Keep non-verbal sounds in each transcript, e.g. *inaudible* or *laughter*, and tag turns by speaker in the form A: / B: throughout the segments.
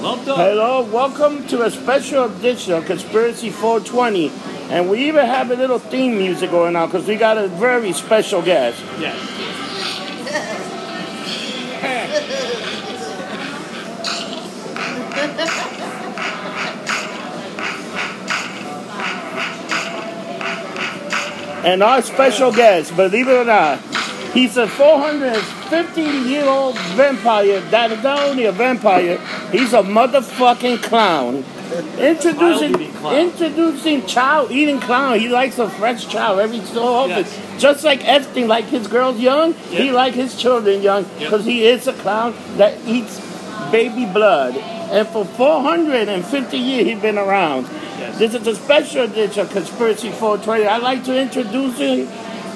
A: Well done.
B: Hello, welcome to a special edition of Conspiracy 420. And we even have a little theme music going on because we got a very special guest.
A: *laughs* Yes.
B: And our special guest, believe it or not, he's a 450 year old vampire that is not only a vampire, he's a motherfucking clown. Introducing,
A: Child-eating clown.
B: introducing child eating clown. He likes a French child every so often.
A: Yes.
B: Just like Epstein, like his girls young, he
A: Yep.
B: like his children young
A: Yep.
B: because he is a clown that eats baby blood. And for 450 years, he's been around.
A: Yes.
B: This is a special edition of Conspiracy 420. I'd like to introduce him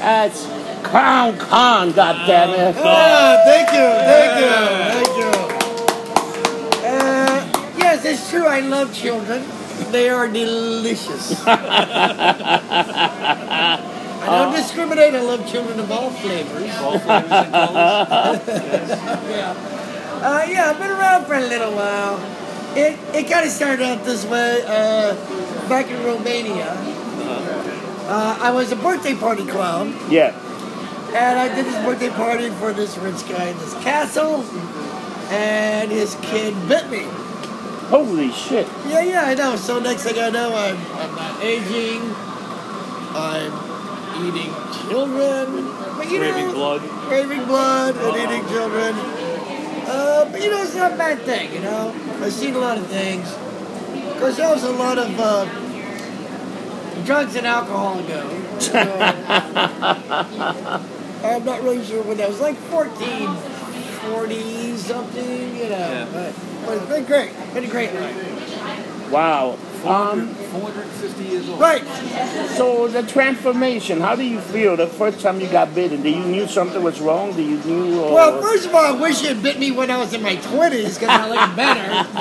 B: as Clown Khan, goddammit.
C: Ah, thank you, thank you, thank you. Uh, yes, it's true. I love children. They
A: *laughs*
C: are delicious. I don't discriminate. I love children of all flavors.
A: All flavors and colors.
C: *laughs* Uh, yeah, I've been around for a little while. It it kind of started out this way. Uh, back in Romania,
A: Uh-huh.
C: uh, I was a birthday party clown.
B: Yeah.
C: And I did this birthday party for this rich guy in this castle, and his kid bit me.
B: Holy shit.
C: Yeah, yeah, I know. So next thing I know, I'm, I'm not aging. I'm eating children. But you
A: Craving
C: know,
A: blood.
C: Craving Uh-huh. blood and eating children. Uh, but you know, it's not a bad thing, you know? I've seen a lot of things. Because there was a lot of uh, drugs and alcohol ago. *laughs* So, I'm not really sure when that was, like 14, 40 something, you know.
A: Yeah.
C: But, but it's been great. Been a great life.
B: Wow. Um,
A: 450 years old.
C: Right.
B: so the transformation, how do you feel the first time you got bitten? Did you knew something was wrong? Did you knew or
C: Well, first of all, I wish you had bit me when I was in my 20s because I looked better.
A: You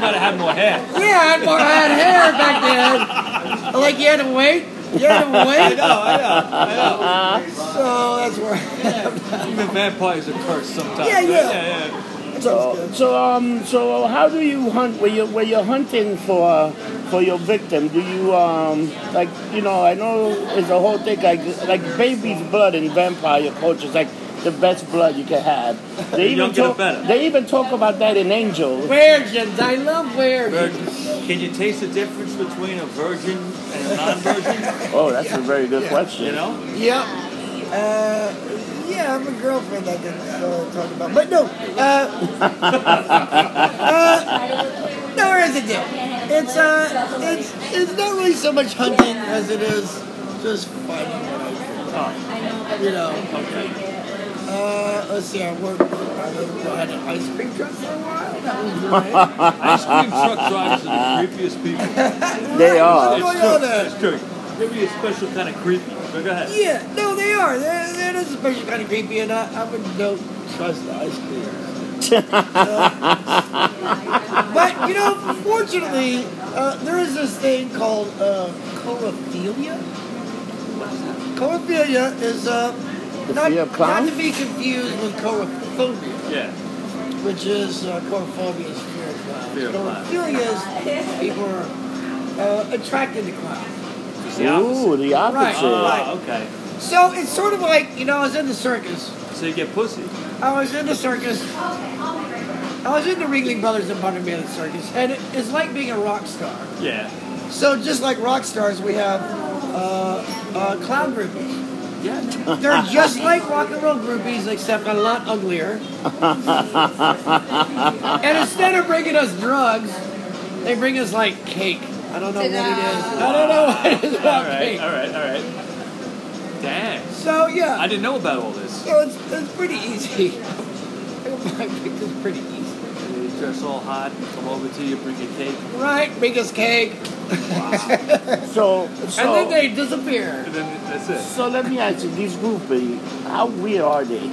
A: might have had more *laughs* hair.
C: Yeah, I had, more, I had hair back then. Like, you had to wait. You had to wait.
A: *laughs* I
C: So that's where.
A: know. Even vampires are cursed sometimes.
C: Yeah, yeah.
A: yeah, yeah.
B: so, so um so how do you hunt when you when you're hunting for uh, for your victim? Do you um like you know I know it's a whole thing like like baby's blood in vampire culture is like the best blood you can have. They even
A: younger the
B: talk
A: better.
B: they even talk about that in Angel.
C: *laughs* Virgins. I love virgins.
A: Virgin. Can you taste the difference between a virgin and a *laughs* non-virgin?
B: Oh, that's a very good question.
A: You know?
C: Yep. Uh, yeah, I'm a girlfriend I didn't uh, talk about. But no. Uh, uh, no, here's the deal. It's, uh, it's, it's not really so much hunting as it is just fighting what I feel. You know.
A: Okay.
C: Uh, let's see, I worked, I had an ice cream truck for a while. That was great.
A: Ice cream truck drivers *laughs* are the creepiest people.
B: They
A: *laughs*
C: What's
B: are.
C: going
A: true.
C: on there?
A: It's true. Give me a special kind of creepy. But go ahead.
C: Yeah, no, they are. They're, they're just a special kind of creepy, and I, I would don't trust the ice cream. Uh, but, you know, fortunately, uh, there is this thing called uh, colophilia. Colophilia is uh,
B: The
C: not,
B: fear of clowns?
C: not to be confused with colophobia.
A: Yeah.
C: which is uh, chorophobia is fear of clowns.
A: Fear of clowns.
C: Chorophilia is people are uh, attracted to clowns.
A: It's the opposite.
B: Ooh, the opposite.
C: Right.
A: Ah, okay.
C: So it's sort of like, you know, I was in the circus.
A: So you get pussy.
C: I was in the circus. I was in the Ringling Brothers and Bunderman Circus, and it, it's like being a rock star.
A: Yeah.
C: So just like rock stars, we have uh, uh, clown groupies.
A: Yeah.
C: They're just like rock and roll groupies, except a lot uglier. and instead of bringing us drugs, they bring us like cake. I don't know what it is. I don't know what it is
A: all
C: about
A: right.
C: cake.
A: All right. All right. Damn.
C: So
A: I
C: yeah,
A: didn't know about all this.
C: so it's, it's pretty easy. *laughs* I think it's pretty easy.
A: They dress all hot, come over to you, bring your cake,
C: Right, bring us cake,
B: So,
C: and then
B: so,
C: they disappear.
A: and then that's it.
B: so let me ask you, these groupies, how weird are they?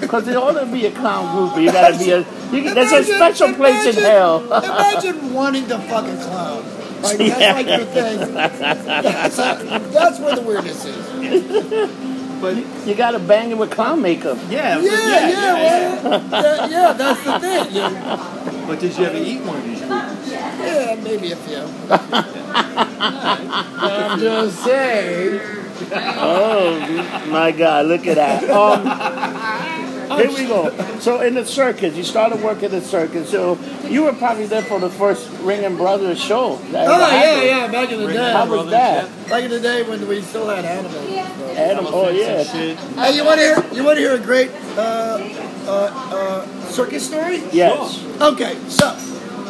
B: Because in order to be a clown groupie, you gotta be a. You, there's a
C: Imagine-
B: special place in
C: imagine-
B: hell.
C: imagine wanting to fuck a clown. Like, that's
B: Yeah.
C: like your thing. That's, that's where the weirdness is.
A: But
B: You gotta bang it with clown makeup.
A: yeah,
C: Yeah, yeah, yeah, well, that- yeah, that's the thing. You,
A: But did you ever eat one of these cookies?
C: Yeah, maybe a few. I'm just saying.
B: Oh my God! Look at that. Um,
C: *laughs*
B: here we go. So in the circus, you started working the circus. So you were probably there for the first Ring and Brothers show. that
C: Oh
B: ever
C: yeah,
B: happened.
C: yeah. Back in the
B: How
C: day,
B: was
A: Brothers,
B: that?
A: yeah.
C: back in the day when we still had animals.
B: Adam, oh
A: Elephants and
B: yeah,
A: shit.
C: Hey, you want to hear? You want to hear a great uh, uh, uh, circus story?
B: yes.
C: Okay, so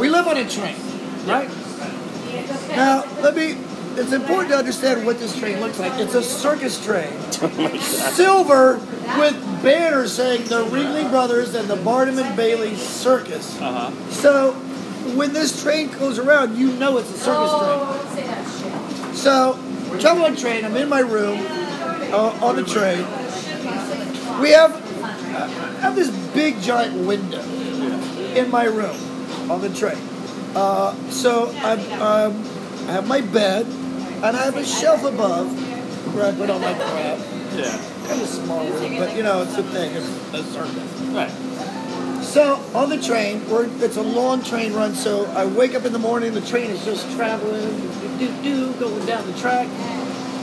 C: we live on a train, right? Now, let me. It's important to understand what this train looks like. It's a circus train, silver with banners saying the Ringling Brothers and the Barnum and Bailey Circus.
A: Uh-huh.
C: So, when this train goes around, you know it's a circus train. So, come on train. I'm in my room uh, on the train. We have I have this big giant window in my room on the train. Uh, so I'm, um, I have my bed, and I have a shelf above where I put all my crap.
A: Yeah.
C: Kind of small room, but you know it's a thing. It's a circus.
A: Right.
C: So on the train, we're, it's a long train run. So I wake up in the morning. The train is just traveling, do do do, going down the track.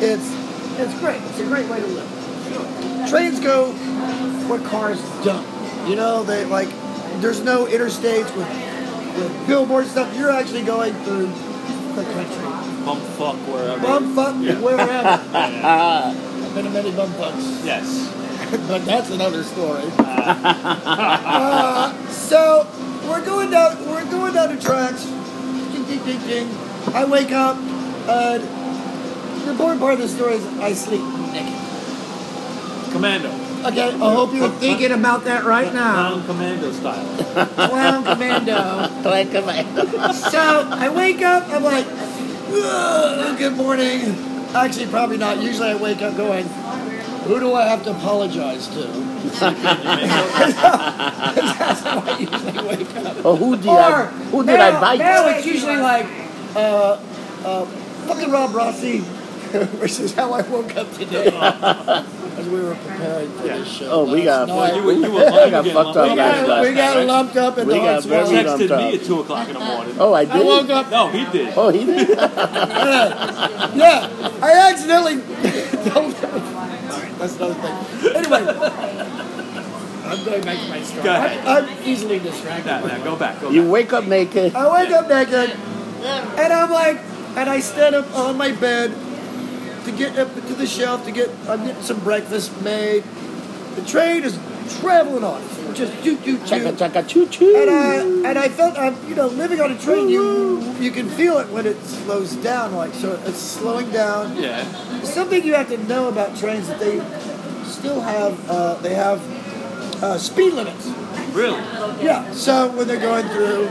C: It's it's great. It's a great way to live. Trains go what cars don't. You know, they like there's no interstates with with billboard stuff. You're actually going through the country.
A: Bump fuck wherever.
C: Bumfuck
A: Yeah.
C: *laughs* wherever.
B: Ah,
C: I've been to many bumfucks,
A: Yes.
C: but that's another story. Uh, so we're going down we're going down the tracks. Ding ding ding ding. I wake up and the important part of the story is I sleep naked.
A: Commando.
C: Okay, I hope you're thinking about that right now.
A: Clown commando style.
C: Clown Commando.
B: like, come on.
C: So I wake up, I'm like, "Ugh, good morning. Actually, probably not. Usually I wake up going, who do I have to apologize to? That's how I usually wake up.
B: Oh, who did I?
C: Or
B: Who did
C: now-
B: I bite?
C: Now it's usually like, uh, uh, fucking Rob Rossi, *laughs* which is how I woke up
B: *laughs*
C: today. As we were preparing for this show.
B: Oh, we got
C: last night.
A: You were, you were
B: I
A: lying
B: got
A: again,
B: fucked
A: my
B: up
C: we
A: man.
B: last
C: got,
B: night.
C: we got lumped up in
B: We
C: the
B: got
C: hot
B: very
A: He
B: *laughs*
C: swallow.
B: lumped
A: texted
B: up.
A: me at 2 o'clock in the morning.
B: Oh, I
C: I woke
B: did.
C: up
A: No, he
B: *laughs*
A: did.
B: Oh, he did.
C: Yeah, yeah. I accidentally. *laughs* Alright, that's another thing. Anyway, I'm going back to my story.
A: Go ahead.
C: I'm, I'm easily distracted.
A: Now, now, go back. Go back.
B: You wake up naked.
C: I wake up naked, and I'm like, and I stand up on my bed to get up to the shelf to get I'm getting some breakfast made. The train is traveling on, just doot doot
B: Chaka
C: doot.
B: chaka choo choo.
C: And I and I felt I'm you know living on a train you you can feel it when it slows down like so it's slowing down
A: Yeah.
C: something you have to know about trains that they still have uh, they have uh, speed limits.
A: Really?
C: Yeah. So when they're going through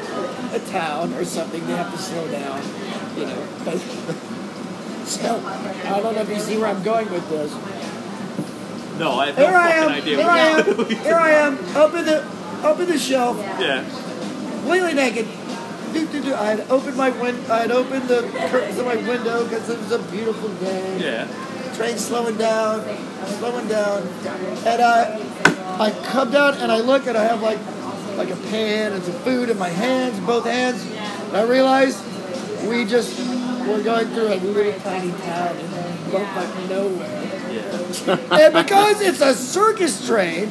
C: a town or something, they have to slow down. You know. But *laughs* so I don't know if you see where I'm going with this.
A: No, I have no
C: Here I
A: fucking
C: am.
A: idea.
C: Here I am. Here I am. Up in the up in the
A: *laughs*
C: shelf,
A: Yeah.
C: completely naked. Doop, doop, doop. I had opened my win- I had opened the curtains of my window because it was a beautiful day.
A: Yeah.
C: Train slowing down, slowing down, and I, I come down and I look and I have like, like a pan and some food in my hands, both hands, and I realize we just we're going through a little tiny town in the middle of nowhere,
A: Yeah.
C: and because it's a circus train.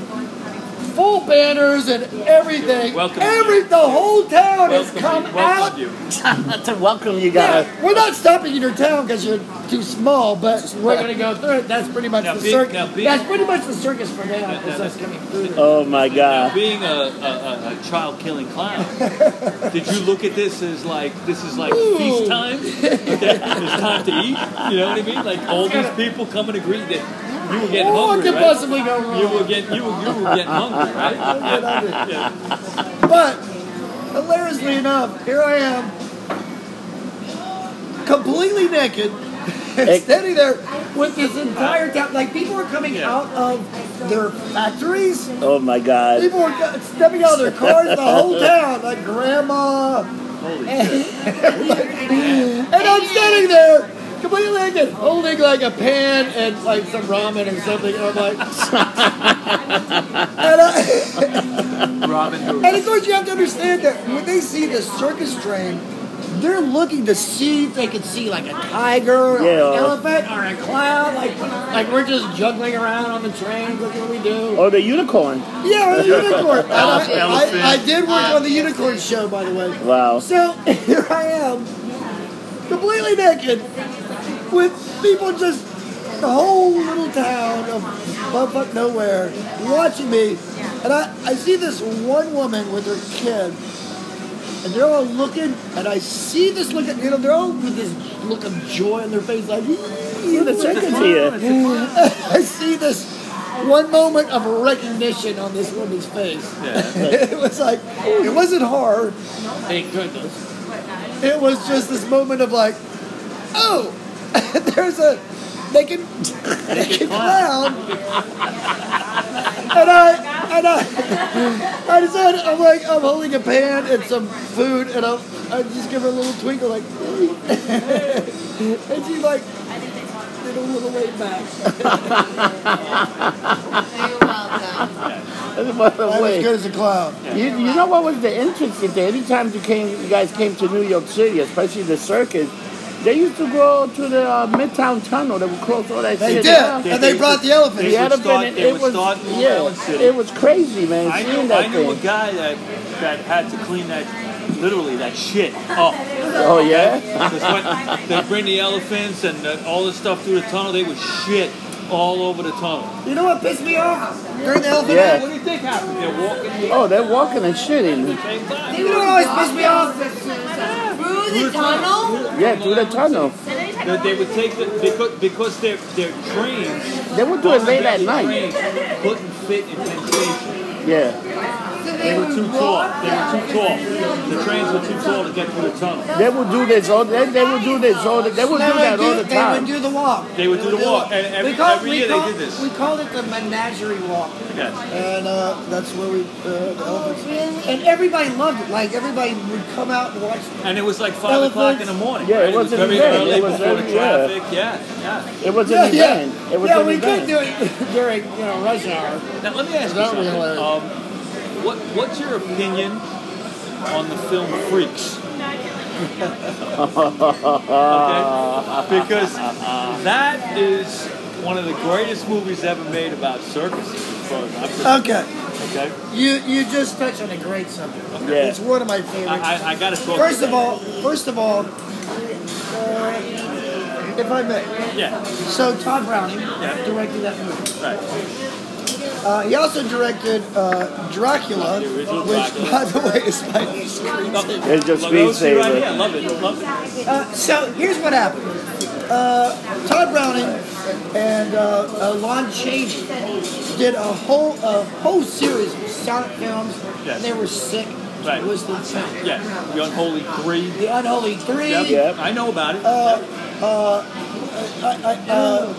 C: Full banners and everything.
A: Welcome.
C: Every the whole town has
A: Welcome, you.
C: come out.
A: Welcome you.
B: *laughs* to welcome you guys.
C: Yeah, we're not stopping in your town because you're too small, but we're gonna go through it. That's pretty much
A: Now
C: the
A: big-
C: circus.
A: now big-
C: That's pretty much the circus for now.
A: Now- now
C: is us
A: that's-
C: coming through.
B: Oh my God.
A: Being a, a, a, a child killing
B: *laughs*
A: clown, did you look at this as like this is like feast time? Okay, it's time to eat. You know what I mean? Like all these people coming to greet that you were getting
C: Oh, what
A: hungry,
C: could
A: right?
C: possibly go wrong?
A: You were getting you were, you were getting hungry, right?
B: *laughs*
A: Yeah, yeah.
C: But hilariously enough, here I am, completely naked, *laughs* standing there with this entire town. Like people are coming
A: Yeah.
C: out of their factories.
B: Oh my God.
C: People were stepping out of their cars, the whole town, like grandma.
A: Holy
C: *laughs* and I'm standing there,
D: completely naked, holding like a pan and like some ramen or something. And I'm like,
C: *laughs* And, uh,
A: Robin
C: And of course, you have to understand that when they see the circus train, they're looking to see if they can see like a tiger,
B: Yeah.
C: or an elephant, or a clown. Like, like we're just juggling around on the train. Look what we do.
B: Or Oh, the unicorn.
C: Yeah, a unicorn. And
A: Elephant.
C: I, I, I did work on the unicorn show, by the way.
B: Wow.
C: So *laughs* here I am, completely naked, with people just the whole little town of Bumfuck Nowhere watching me. And I, I see this one woman with her kid, and they're all looking, and I see this look at, you know, they're all with this look of joy on their face, like, "Ooh,
B: The
C: look at
B: chicken's
C: that."
B: here.
C: *laughs* I see this one moment of recognition on this woman's face. *laughs* it was like, it wasn't horror.
D: thank goodness.
C: It was just this moment of like, oh, *laughs* there's a naked, naked clown. and I and I I decided I'm like I'm holding a pan and some food and I'll I just give her a little twinkle like *laughs* and she like did a little way back. *laughs*
B: That's what the
C: I'm as
B: way.
C: good as a clown.
B: You, you know what was the interesting thing? Anytime you came, you guys came to New York City, especially the circus. They used to go to the uh, Midtown Tunnel. They would close all that
C: They
B: shit
C: did.
B: down.
C: And they brought the elephant.
A: They
B: You had
A: would
B: a
A: start-
B: minute,
A: they
B: it
A: would
B: was
A: start in Long
B: yeah,
A: City.
B: it was crazy, man.
A: I
B: Seeing
A: knew,
B: that
A: I knew a
B: thing.
A: guy that, that had to clean that, literally that shit up.
B: Oh yeah,
A: Because when they bring the elephants and the, all the stuff through the tunnel, they would shit all over the tunnel.
C: You know what pissed me off? During the elephant
B: Yeah.
C: act?
A: What do you think happened? They're walking the
B: oh, they're walking and shitting.
A: same time.
C: You know what always pissed me off?
E: Through the tunnel?
B: Yeah, through the tunnel.
A: That they would take the because because their their trains
B: They would do it late at
A: their
B: night.
A: trains couldn't fit in Penn Station.
B: Yeah,
A: They were too tall. They were too tall. The trains were too tall to get through the tunnel.
B: they would do this all. They, they would do this all. They would do
C: They would
B: that
C: do-
B: all the
C: They would
B: time.
C: do the walk.
A: They would do the walk, and every-
C: We call-
A: every
C: we
A: year they
C: call-
A: did this.
C: We called it the menagerie walk,
A: Yes.
C: and uh, that's where we. Uh, the elephants. And everybody loved it. Like everybody would come out and watch.
A: And it was like five o'clock in the morning.
B: Yeah, it
A: right?
B: wasn't
A: very
B: late.
A: early
B: It was
A: before the
B: very- yeah.
A: traffic. Yeah, yeah.
B: It was an
C: Yeah,
B: event.
C: yeah.
B: It was
C: yeah,
B: an
C: we
B: event.
C: could do it *laughs* during you know rush hour.
A: Now let me ask you
C: That
A: something.
C: would be hilarious.
A: Um, what what's your opinion on the film
C: *laughs*
A: Freaks? okay, because that is one of the greatest movies ever made about circuses. as far as I'm concerned,
C: Okay,
A: Okay,
C: you you just touched on a great subject.
B: Yeah.
C: It's one of my favorites.
A: I, I, I got to talk.
C: first of
A: about
C: all, first of all, uh, if I may,
A: it. yeah,
C: so Todd Browning
A: Yeah.
C: directed that movie.
A: right.
C: Uh, he also directed uh, Dracula,
A: The original
C: which, *laughs*
A: Dracula.
C: by the way, is my *laughs* new screensaver.
B: It's just
A: Love those two right
B: screensaver.
A: here. Love it. Love it.
C: Uh, so here's what happened. Uh, Todd Browning and uh, uh, Lon Chaney did a whole a whole series of silent films.
A: Yes.
C: They were sick.
A: Right.
C: It was the same.
A: Yes, the Unholy Three.
C: The Unholy Three.
A: Yep.
B: Yep.
A: I know about it.
C: Uh, I, I, uh,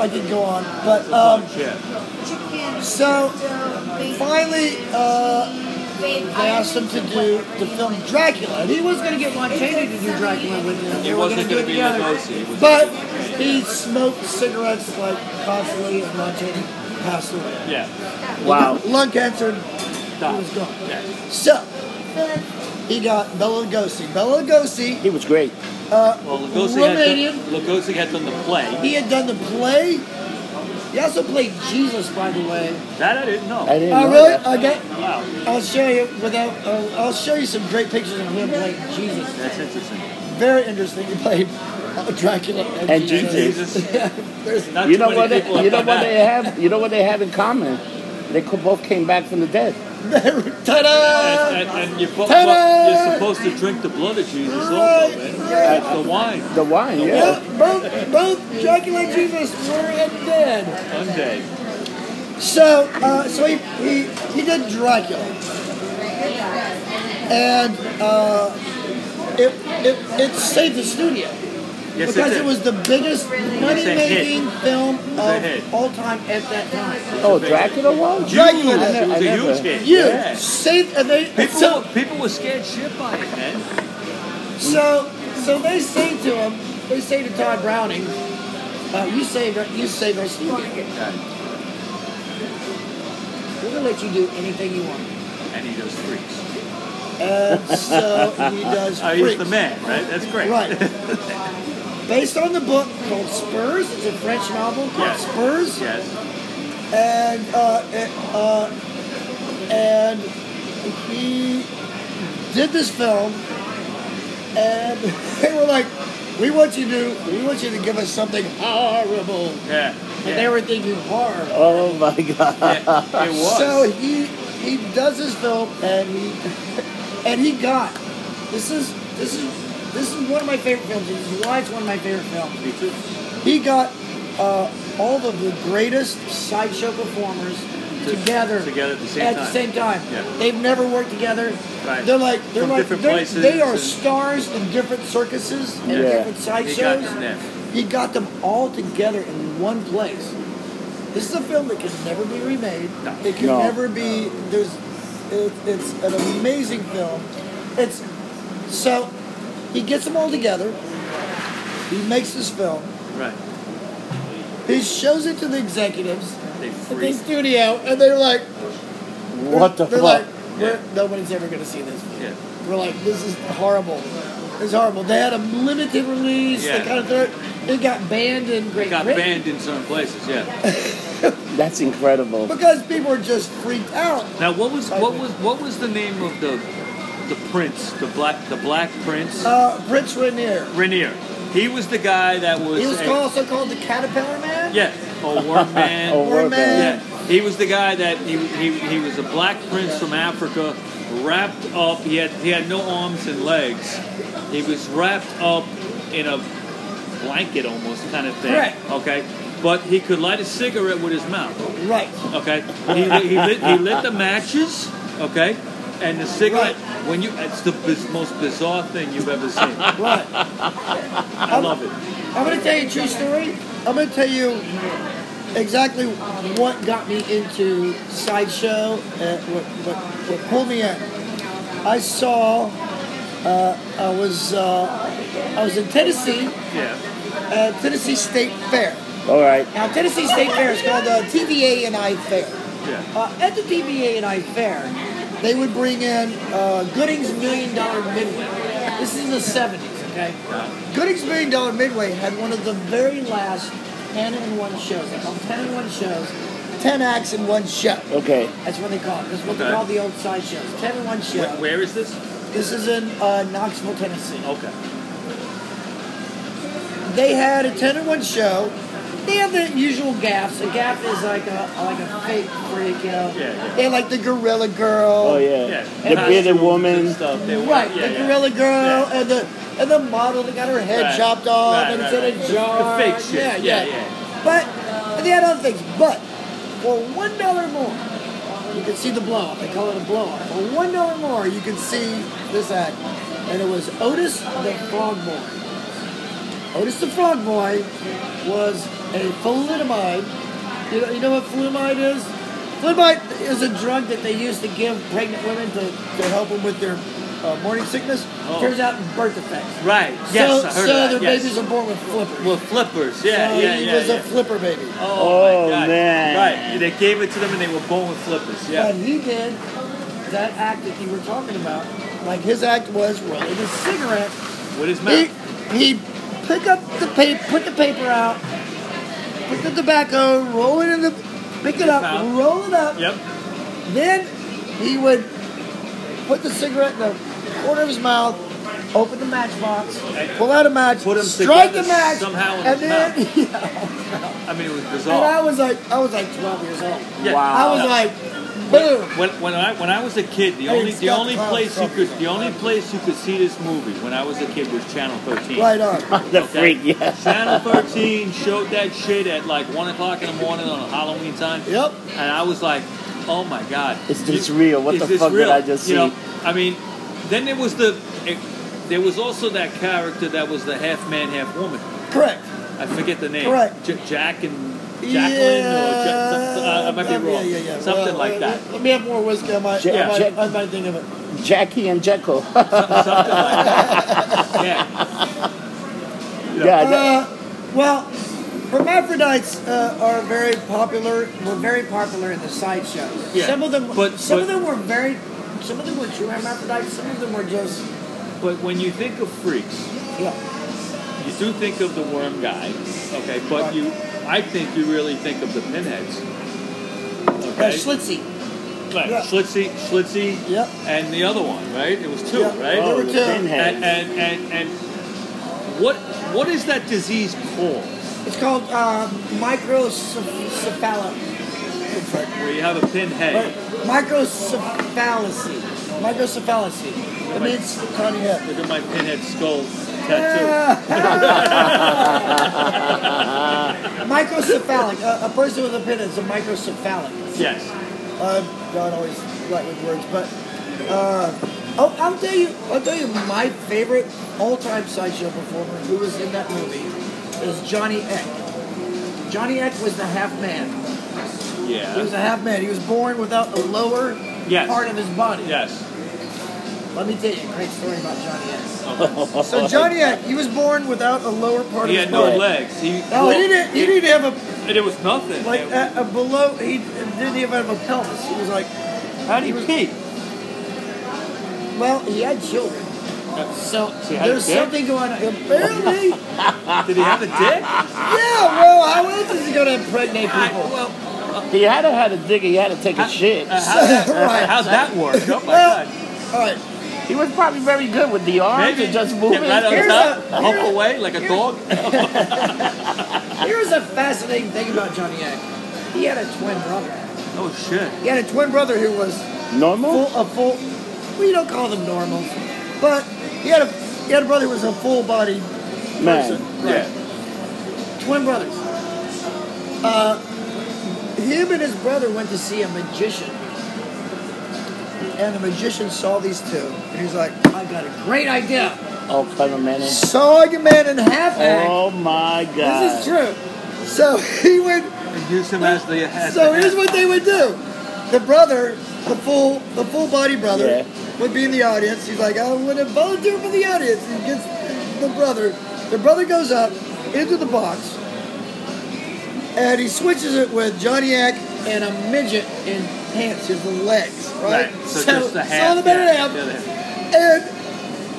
C: I could go on, but um,
A: yeah.
C: so finally. Uh, They asked him to do the film Dracula. And he was going to get Lon Chaney to do Dracula with him. They
A: It
C: were
A: wasn't
C: gonna
A: going to be
C: do it together.
A: negotiated. It was-
C: But he smoked cigarettes like constantly, and Lon Chaney passed away.
A: Yeah.
B: Wow.
C: Lung cancer, he
A: Stop.
C: was gone.
A: Yeah.
C: So he got Bela Lugosi. Bela Lugosi,
B: He was great.
A: Well, Lugosi had, done,
C: Romanian.
A: Lugosi had done the play.
C: he had done the play. He also played Jesus, by the way.
A: That I didn't know.
B: I didn't
C: Oh,
B: know
C: really?
B: that.
C: Okay.
A: Wow,
C: I'll show you without. Uh, I'll show you some great pictures of him playing Jesus.
A: that's interesting.
C: Very interesting. He played uh, Dracula and,
B: And
C: Jesus.
A: Jesus,
C: There's-
A: not
B: You
A: too
B: know
A: many
B: what? They,
A: people have
B: you know
A: done
B: what
A: that.
B: they have. You know what they have in common. They co- both came back from the dead.
C: Ta-da!
A: And, and, and you're, bo-
C: Ta-da!
A: well, you're supposed to drink the blood of Jesus also, man. That's the wine.
B: The wine, yeah.
C: Yeah, both, both Dracula and Jesus were and dead.
A: Sunday.
C: So, uh, so he, he, he did Dracula. And uh, it, it, it saved the studio.
A: Yes,
C: because
A: it,
C: it,
A: did.
C: was the biggest money-making film
A: a hit.
C: of all time at that time.
B: Oh, Dracula was.
A: Huge.
C: Dracula did.
A: It was
B: I
A: a
B: never-
A: huge hit.
C: You
A: Yeah.
C: saved, and they
A: People,
C: so
A: people were scared shit by it, man.
C: so so they say to him, They say to Todd Browning, uh, "You save our- you save us. You want to get done. We're gonna let you do anything you want."
A: And he does freaks. *laughs*
C: And so he does.
A: Oh, he's the
C: freaks.
A: man, right? That's great.
C: Right.
A: *laughs*
C: Based on the book called Spurs, it's a French novel called
A: Yes. *laughs*
C: Spurs,
A: yes.
C: and uh, it, uh, and he did this film, and *laughs* they were like, "We want you to, we want you to give us something
A: Oh,
C: horrible,"
A: Yeah.
C: and they were thinking horror.
B: Oh my god.
A: Yeah, It was.
C: *laughs* So he he does his film and he and he got this is this is this is one of my favorite films. This is why it's one of my favorite films.
A: Me too.
C: He got uh, all of the greatest sideshow performers together
A: together at the same
C: at the
A: time.
C: same time.
A: Yeah.
C: They've never worked together.
A: Right.
C: They're like they're
A: From
C: like
A: different
C: they're-
A: places
C: they are
A: and-
C: stars in different circuses and
B: Yeah.
C: different
A: He got
C: sideshows.
A: them there.
C: He got them all together in one place. This is a film that can never be remade.
A: No.
C: It can
B: No.
C: never be. There's. It, it's an amazing film. It's so he gets them all together. He makes this film.
A: Right.
C: He shows it to the executives
A: They
C: at the
A: freak.
C: studio, and they're like,
B: What the
C: they're
B: fuck?
C: Like, "We're- Nobody's ever going to see this.
A: Yeah.
C: We're like, this is horrible. It's horrible. They had a limited release.
A: Yeah.
C: They kind of threw it. It got banned in Great
A: It got
C: Britain.
A: banned in some places. Yeah.
B: That's incredible.
C: Because people are just freaked out.
A: Now, what was what was what was the name of the the prince, the black the black prince?
C: Uh, Prince Rainier.
A: Rainier. He was the guy that was.
C: He was
A: a-
C: called, also called the Caterpillar Man.
A: Yeah. A *laughs* worm man.
B: *laughs* Oh,
C: Or
B: work
A: Yeah,
C: man.
A: he was the guy that he, he, he was a black prince from Africa, wrapped up. He had he had no arms and legs. He was wrapped up in a blanket almost kind of thing.
C: Correct.
A: Okay, but he could light a cigarette with his mouth.
C: Right.
A: Okay, he, li- he, lit, he lit the matches. Okay, and the cigarette. When you, it's the biz, most bizarre thing you've ever seen.
C: Right.
A: I love it.
C: I'm going to tell you a true story. I'm going to tell you exactly what got me into sideshow and what, what, what pulled me in. I saw. Uh, I was uh, I was in Tennessee,
A: Yeah,
C: uh, Tennessee State Fair.
B: All right.
C: Now Tennessee State Fair is called uh, the TVA and I Fair.
A: yeah,
C: Uh, at the PBA and I Fair, they would bring in uh, Gooding's Million Dollar Midway. This is in the 70s, okay? Gooding's Million Dollar Midway had one of the very last 10 in one shows. They call 10 in one shows, 10 acts in one show.
B: Okay.
C: That's what they call it. That's what they
A: Okay.
C: call the old side shows. 10 in one show.
A: Where- where is this?
C: This is in uh, Knoxville, Tennessee.
A: Okay,
C: They had a 10 in one show. They have the usual gaffes. A gaff is like a like a fake freak, you know.
A: Yeah, yeah.
C: They had like the Gorilla Girl.
B: Oh yeah.
A: yeah.
B: The bearded
A: Costumes
B: woman.
A: and stuff. They were-
C: Right,
A: yeah,
C: the
A: yeah.
C: gorilla girl
A: Yeah.
C: and the and the model that got her head
A: Right.
C: chopped off
A: Right,
C: and
A: right,
C: it's in
A: right.
C: a jar.
A: The fake shit.
C: Yeah,
A: Yeah,
C: yeah.
A: yeah.
C: But and they had other things. But for one dollar more, you could see the blow up. They call it a blow up. For one dollar more, you could see this act, and it was Otis the Frog Boy. Otis the Frog Boy was a thalidomide. You know, you know what thalidomide is? Thalidomide is a drug that they used to give pregnant women to, to help them with their uh, morning sickness.
A: Oh.
C: Turns out birth defects.
A: Right. Yes,
C: so
A: I heard
C: so
A: of that.
C: their
A: yes.
C: babies are born with flippers.
A: well, flippers. Yeah,
C: so
A: yeah,
C: he
A: yeah.
C: was
A: yeah.
C: a flipper baby.
A: oh
B: Oh,
A: my God.
B: man.
A: Right. They gave it to them and they were born with flippers.
C: But
A: Yeah.
C: he did that act that you were talking about. Like his act was rolling a cigarette.
A: With his
C: He
A: mouth.
C: he pick up the paper, put the paper out, put the tobacco, roll it in the, pick it up,
A: Mouth.
C: roll it up.
A: Yep.
C: Then he would put the cigarette in the corner of his mouth, open the matchbox, pull out a match,
A: Put 'em
C: strike the
A: together
C: match,
A: somehow in his
C: and then
A: mouth.
C: yeah.
A: I mean, it was
C: *laughs* And I
A: bizarre.
C: was like, I was like 12 years old.
A: Yeah.
C: I was
A: Yeah.
C: like, boom.
A: When, when I when I was a kid, the
C: Hey,
A: only the
C: Scott
A: only
C: Clown's
A: place you
C: talking.
A: could the only place you could see this movie when I was a kid was Channel 13.
C: Right
A: *laughs*
C: on.
B: The
A: Okay.
B: freak. Yeah.
A: Channel 13 showed that shit at like one o'clock in the morning on Halloween time.
C: Yep.
A: and I was like, "Oh my god,
B: Is this real? What
A: is
B: the
A: this
B: fuck did
A: real?"
B: I just
A: You
B: see?
A: know, I mean, then there was the, it, there was also that character that was the half man, half woman.
C: Correct.
A: I forget the name.
C: Correct.
A: J- Jack and Jacqueline, or
C: Yeah.
A: ja- something, uh, I might be
C: Yeah,
A: wrong.
C: yeah, yeah.
A: Something
C: Well,
A: like
C: let-
A: that.
C: Let me have more whiskey. I might,
B: Yeah.
C: I, might,
B: Jack-
C: I might think of it.
B: Jackie and Jekyll. *laughs*
A: something like that. Yeah.
B: Yeah, that-
C: Uh, well, hermaphrodites uh, are very popular. Were very popular in the sideshows.
A: Yeah.
C: Some of them,
A: But-
C: some of
A: but-
C: them were very, some of them were true hermaphrodites. Some of them were just
A: But when you think of freaks,
C: yeah.
A: you do think of the worm guy, okay? But you, I think you really think of the pinheads.
C: Uh,
A: Okay.
C: Schlitzie.
A: Right.
C: yeah.
A: Schlitzie, Schlitzie,
C: Yep.
A: and the other one, right? It was two,
C: Yeah.
A: right?
C: Oh,
B: oh,
C: the
B: the
A: and,
B: pinhead.
A: and, and, and what what is that disease called?
C: It's called uh, microcephala.
A: Where you have a pinhead,
C: Microcephalacy. Microcephalacy. It means tiny head.
A: look at my pinhead skull tattoo.
C: microcephalic. A, a person with a pin is a microcephalic.
A: Yes.
C: Uh, God always right with words, but uh, oh, I'll tell you, I'll tell you, my favorite all-time sideshow performer who was in that movie is Johnny Eck. Johnny Eck was the half man. He
A: Yeah.
C: was a half man. He was born without a lower
A: Yes.
C: part of his body.
A: Yes.
C: Let me tell you a great story about Johnny Eck.
A: Okay.
C: So Johnny Eck, he was born without a lower part
A: He
C: of
A: had
C: his
A: no
C: body.
A: legs. He,
C: No, he didn't. He didn't have a
A: And it was nothing.
C: like
A: It-
C: a, a below. He didn't even have a pelvis. He was like,
A: how do you pee?
C: well, he had children. So
A: had a
C: there's
A: dick?
C: something going on. Apparently,
A: Did he have a
C: *laughs*
A: dick?
C: yeah. Well, how else is he going to impregnate
A: I-
C: people? *laughs*
A: well,
B: he had to had a dig. He had to take a shit.
A: uh, how'd that,
C: Right.
A: how'd that work? Oh my
C: Well,
A: god.
C: all right.
B: He was probably very good with the arms
A: Maybe
B: and just moving.
A: Get right
C: Here's
A: on
C: a-
A: top, hump
C: here's-
A: away like a
C: here's-
A: dog.
C: Here's a fascinating thing about Johnny Eck. He had a twin brother.
A: Oh shit.
C: He had a twin brother who was
B: Normal.
C: full, a full. We don't call them normals, but he had a he had a brother who was a full body
B: Man,
A: Yeah.
C: twin brothers. Uh, him and his brother went to see a magician. And the magician saw these two, and he's like, I got a great idea.
B: oh clever man.
C: Sawing a man in half. Hank.
B: Oh my
C: This is
B: god.
C: true. So *laughs* he would.
A: And use him as the as
C: So
A: the
C: here's what they would do. The brother, the full, the full body brother,
B: Yeah.
C: would be in the audience. He's like, I want to volunteer for the audience. He gets the brother. The brother goes up into the box, and he switches it with Johnny Eck and a midget in pants, his legs, right?
A: So, just the half.
C: So the minute
A: yeah,
C: half,
A: the other half.
C: and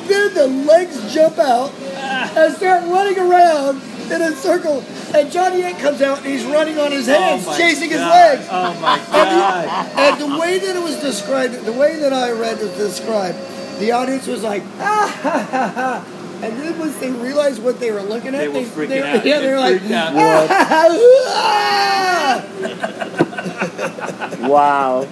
C: then the legs jump out and start running around in a circle. And Johnny Ant comes out and he's running on his hands,
A: Oh my
C: chasing his
A: God.
C: legs.
A: Oh
C: *laughs*
A: my
C: And, he-
A: god.
C: and the way that it was described, the way that I read it described, the audience was like, ah, ha, ha, ha. And then once they realized what they were looking at,
A: They were freaking out.
C: Yeah,
A: They
C: they were like,
A: freaked out.
C: ah, ha, ha, ah.
B: Wow.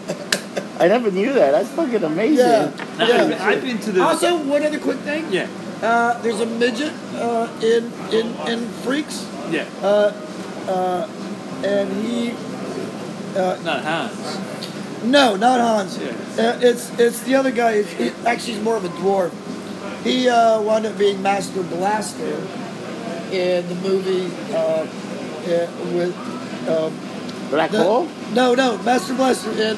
B: I never knew that. That's fucking amazing.
C: Yeah.
A: I've, I've been to the
C: Also, one other quick thing.
A: Yeah,
C: Uh, there's a midget uh, in, in, in Freaks.
A: yeah.
C: and he Uh,
A: Not Hans.
C: no not hans
A: Yeah.
C: uh, it's it's the other guy it's, it, actually he's more of a dwarf he uh, wound up being master blaster in the movie uh, uh, with
B: Black
C: the,
B: hole.
C: no no master blaster in *laughs*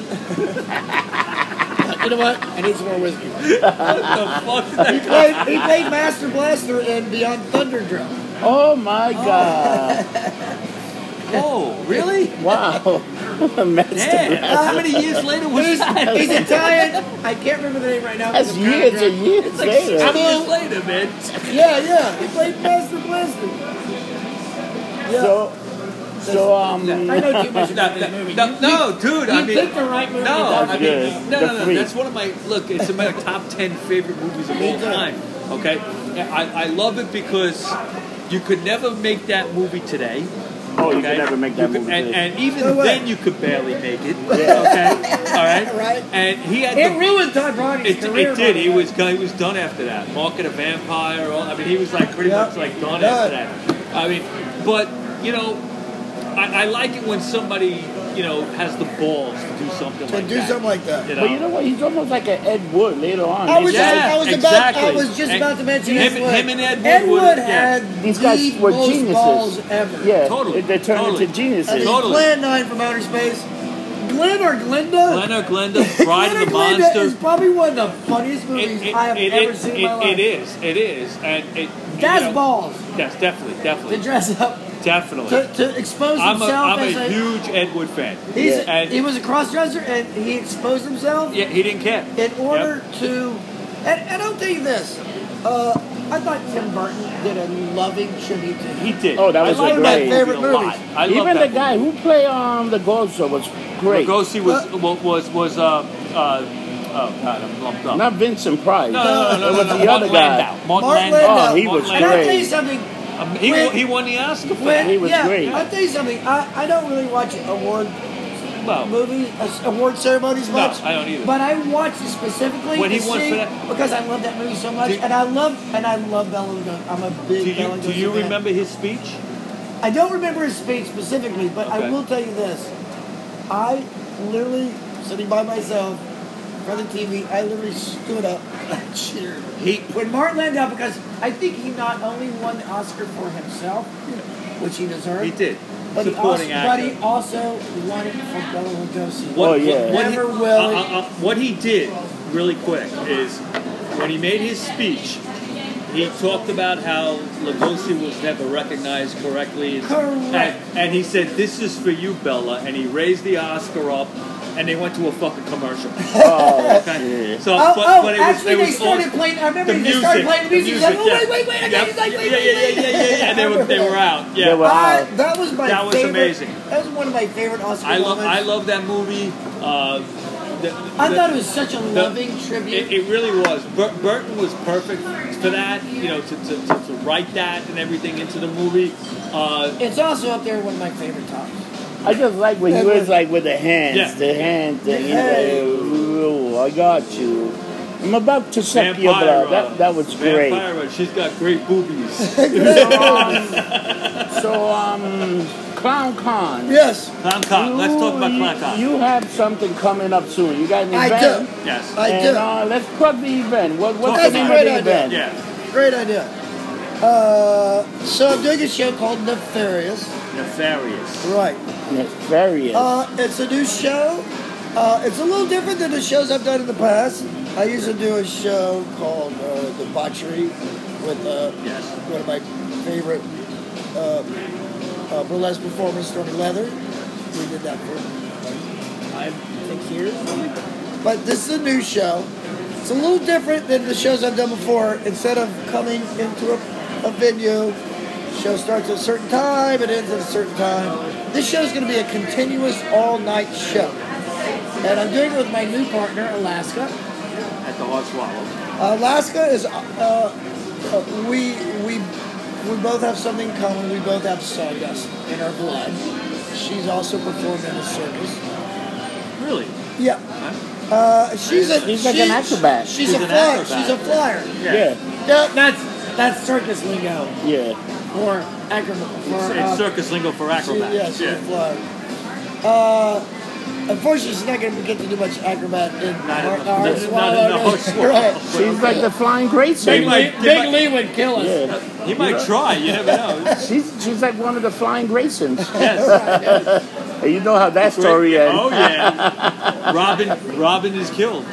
C: you know what i need some more *laughs* whiskey
A: What the fuck?
C: he played, he played master blaster in beyond thunderdrum
B: Oh my god.
A: Oh, really?
B: Wow. *laughs*
A: Damn.
B: Master.
A: How many years later was
C: *laughs* he's,
A: that?
C: he's italian i can't remember the name right now
B: That's
C: It's a crowd
B: years
C: drunk.
B: and years
A: Like
B: later.
A: six years later, man.
C: yeah yeah he played master blaster yeah.
B: So, so um,
C: I know too much about
A: No,
C: that movie.
A: no, no, dude. I
C: you
A: mean,
C: picked the right movie.
A: No,
C: dog.
A: I
B: Yeah.
A: mean, no,
B: The
A: no, no.
B: Freak.
A: That's one of my look. It's
C: *laughs*
A: in my top ten favorite movies of all time. Okay, I, I love it because you could never make that movie today.
B: oh, you
A: okay?
B: can never make that
A: You could-
B: movie.
A: and,
B: today.
A: and even
C: No way.
A: then, you could barely make it. *laughs* Okay, all right,
C: Right.
A: And he had
C: it
A: the
C: ruined Todd Brownie's
A: It,
C: career.
A: it did.
C: by
A: He
C: the way.
A: was done- he was done after that. Market a vampire. All, I mean, he was like pretty
C: Yeah.
A: much like done
C: Yeah.
A: after that. I mean, but you know, I, I like it when somebody you know has the balls to do something
C: to
A: like
C: do
A: that.
C: something like that.
A: you know?
B: but you know what? He's almost like an Ed Wood later on.
C: I was
B: They-
A: Yeah,
C: I was
A: exactly.
C: about. I was just
A: And
C: about to mention
A: him-
C: Ed Wood.
A: him and Ed Wood
C: Ed Wood
A: would've- yeah.
C: had
B: These
C: the
B: guys were
C: most
B: geniuses.
C: balls ever.
B: yeah,
A: Totally,
B: they turned
A: totally.
B: into
C: I mean,
B: geniuses.
A: Totally.
C: Plan Nine from Outer Space. Glenn or Glinda?
A: Glenn or Glenda, Bride
C: Glenn
A: of
C: or
A: the
C: Glinda
A: Monster.
C: is probably one of the funniest movies
A: It- it-
C: I have
A: it-
C: ever
A: it-
C: seen in
A: it-
C: my life.
A: It is. It is. And it. you
C: That's
A: know,
C: balls
A: Yes, definitely,
C: to
A: definitely,
C: dress up
A: definitely.
C: to, to expose
A: I'm a,
C: himself
A: I'm
C: as
A: a huge Ed Wood fan.
C: he's,
A: And-
C: he was a cross dresser and he exposed himself
A: Yeah, he didn't care.
C: in order to. And, and I'll tell you this. Uh, I thought Tim Burton did a loving tribute to
A: Yep,
C: him.
A: he did.
B: Oh, that was
A: I like
B: a
A: that
B: great-
A: movie
C: favorite
A: a lot.
C: movies.
A: I love
B: Even the
A: that
B: guy who played um, the Gozo was great.
A: movie. Lugosi was was was, was uh, uh, oh god, I'm lumped up.
B: Not Vincent Price.
A: no, no, no, no,
B: It
A: no,
B: was
A: no,
B: the
A: Mark
B: other guy.
A: Landau. Mark
C: Mark
A: Landau.
C: Landau.
B: Oh, he
A: Mark
B: was
C: And I'll
A: Landau.
C: tell
B: great.
C: you something.
A: Um, he, won, he won the Oscar for
C: When,
A: that.
B: He was
C: yeah,
B: great.
C: I'll tell you something. I, I don't really watch award
A: Well,
C: movies, uh, award ceremonies
A: No,
C: much.
A: I don't either.
C: But I watched it specifically
A: When
C: to
A: he won
C: see-
A: for that-
C: because I love that movie so much,
A: Do-
C: and I love and I love Bela Lugosi. I'm a big
A: do
C: Bela
A: you do
C: Lugosi
A: you
C: fan.
A: remember his speech?
C: I don't remember his speech specifically, but I
A: Okay.
C: will tell you this. I literally, sitting by myself in front of the TV, I literally stood up and cheered.
A: He
C: When Martin Landau, because I think he not only won the Oscar for himself, which he deserved,
A: he did.
C: but, he also,
A: Supporting
C: but
A: actor.
C: he also won it for Bela Lugosi.
A: What,
B: Oh, yeah.
A: What, what, he,
C: Never will
A: uh,
C: it-
A: uh, uh, what he did, really quick, is when he made his speech, he talked about how Lugosi was never recognized correctly.
C: Correct.
A: And, and he said, This is for you, Bella. And he raised the Oscar up. And they went to a fucking commercial.
B: Oh,
A: *laughs* Okay.
B: shit.
A: So,
C: Oh,
A: but,
C: oh,
A: but it was,
C: actually,
A: it was
C: they started
A: awesome.
C: playing. I remember
A: the
C: they
A: music.
C: started playing the music. He's like,
A: music,
C: oh,
A: yeah.
C: wait, wait, wait. I
A: Yep.
C: got He's like,
A: yeah,
C: wait,
A: yeah,
C: wait,
A: yeah,
C: wait.
A: yeah, yeah, yeah. And they were, they were out. Yeah.
B: They
C: *laughs*
B: were
C: I-
B: Wow.
C: that was my
A: That was
C: favorite.
A: amazing.
C: That was one of my favorite Oscar
A: I love,
C: moments.
A: I love that movie. Uh, the,
C: I
A: the-
C: thought it was such a loving tribute.
A: It, it really was. Bur- Burton was perfect for that, you know, to, to, to, to write that and everything into the movie. Uh,
C: it's also up there with one of my favorite tops.
B: I just like when he was like with the hands,
A: Yeah.
B: the hand thing.
C: Hey.
B: You know, "Ooh, I got you. I'm about to suck your
A: Vampire, uh,
B: blood. That, that was great.
A: Vampire, she's got great boobies.
B: *laughs* So, um, Clown Con.
C: Yes,
A: Clown Cock. Ah, Let's talk about Clown Cock.
B: You have something coming up soon. You got an
C: I
B: event.
C: do.
A: yes.
C: I
B: and,
C: do.
B: Uh, let's plug the event. What, what's
A: That's
B: the name
A: a
B: of
C: great
B: the
C: idea.
B: event?
A: yeah.
C: Great idea. Uh, so I'm doing a show called Nefarious.
A: Nefarious.
C: Right.
B: Nefarious.
C: Uh, it's a new show. Uh, it's a little different than the shows I've done in the past. I used to do a show called uh, Debauchery with uh,
A: Yes.
C: one of my favorite uh, uh, burlesque performers, Stormy Leather. We did that for five, six years. But this is a new show. It's a little different than the shows I've done before. Instead of coming into a, a venue, show starts at a certain time, it ends at a certain time. This show's going to be a continuous all night show. And I'm doing it with my new partner, Alaska.
A: At the Hard Swallow.
C: Alaska is uh, uh, we we we both have something in common. We both have sawdust in our blood. She's also performed in a circus.
A: Really?
C: Yeah. Uh, she's a
B: She's like
C: she-
B: an acrobat.
C: She's,
A: She's
C: a
A: an
C: flyer.
A: acrobat.
C: She's a flyer.
B: yeah,
C: No, that's that's circus lingo
B: yeah.
C: or acrobat.
A: It's,
C: For, uh,
A: it's circus lingo for acrobats.
C: She, yeah, she's a flyer. Uh, unfortunately, she's not going to get to do much acrobat in
A: Not
C: our,
A: in the,
C: our
A: not in the Hard Swallow.
C: *laughs* right.
B: She's like the flying great
A: They
B: singer.
A: might-
D: Big, Lee,
A: they might-
D: Big Lee would kill us.
B: Yeah.
A: He might try. You never
B: *laughs*
A: know.
B: She's she's like one of the flying Graysons.
A: Yes.
B: And you know how that story ends.
A: Oh yeah. Robin. Robin is killed.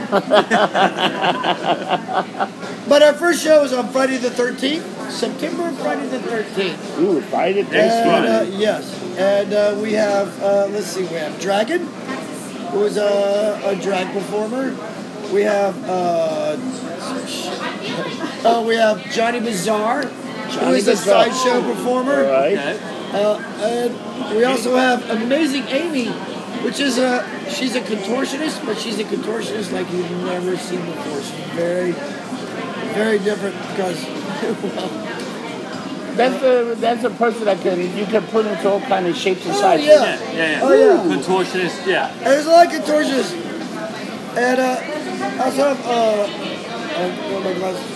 C: But our first show is on Friday the 13th, September Friday the 13th.
B: You would find it
A: Oh. Next
B: there.
C: and,
A: Friday.
C: Uh, yes, and uh, we have uh, let's see, we have Dragon, who is a, a drag performer. We have uh, uh, we have Johnny Bizarre, who
B: Johnny
C: is a
B: Bizarre.
C: sideshow performer.
B: All right.
A: Okay.
C: Uh, and we also have Amazing Amy, which is a she's a contortionist, but she's a contortionist like you've never seen before. She's very, very different because *laughs*
B: That's the that's a person that can you can put into all kind of shapes and
C: Oh,
B: sizes.
C: yeah.
A: Yeah. Yeah. yeah.
C: Oh, yeah.
A: Contortionist. Yeah.
C: there's a lot of contortionists. And uh, I also have uh, uh, what am I gonna-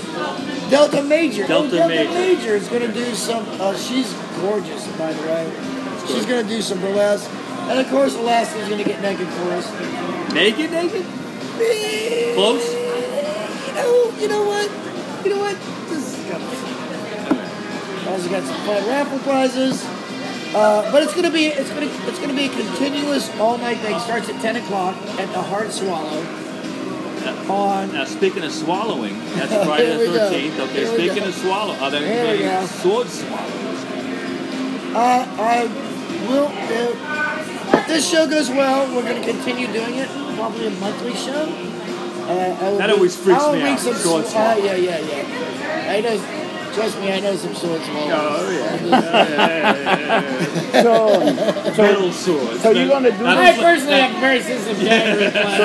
C: Delta Major. Oh,
A: Delta
C: Delta
A: Major.
C: Major is going to do some. Uh, she's gorgeous, by the way. She's going to do some burlesque, and of course, Alaska's going to get naked for us.
A: Naked. Naked. Close?
C: You know, Oh, you know what? You know what? This is gonna be fun. Also got some fun raffle prizes. Uh, but it's gonna be it's gonna it's gonna be a continuous all night thing. Starts at ten o'clock at the Hard Swallow. On uh,
A: Now, speaking of swallowing, that's Friday the
C: *laughs* Here we go.
A: 13th. Okay,
C: Here we
A: speaking
C: go.
A: of swallow, are there
C: Here we
A: any
C: go.
A: sword swallows?
C: Uh, I will. Uh, if this show goes well, we're going to continue doing it. Probably a monthly show. Uh, I will
A: That
C: be-
A: always freaks
C: I'll
A: me
C: make
A: out,
C: Some,
A: sword
C: sw-
A: swallow.
C: uh, yeah, yeah, yeah. I know. Trust me, I know some
A: Oh,
C: sword swallows.
B: So,
A: Metal swords.
B: so you're gonna do
C: I
B: this?
C: personally have very sensitive gag
D: uh,
C: reflex.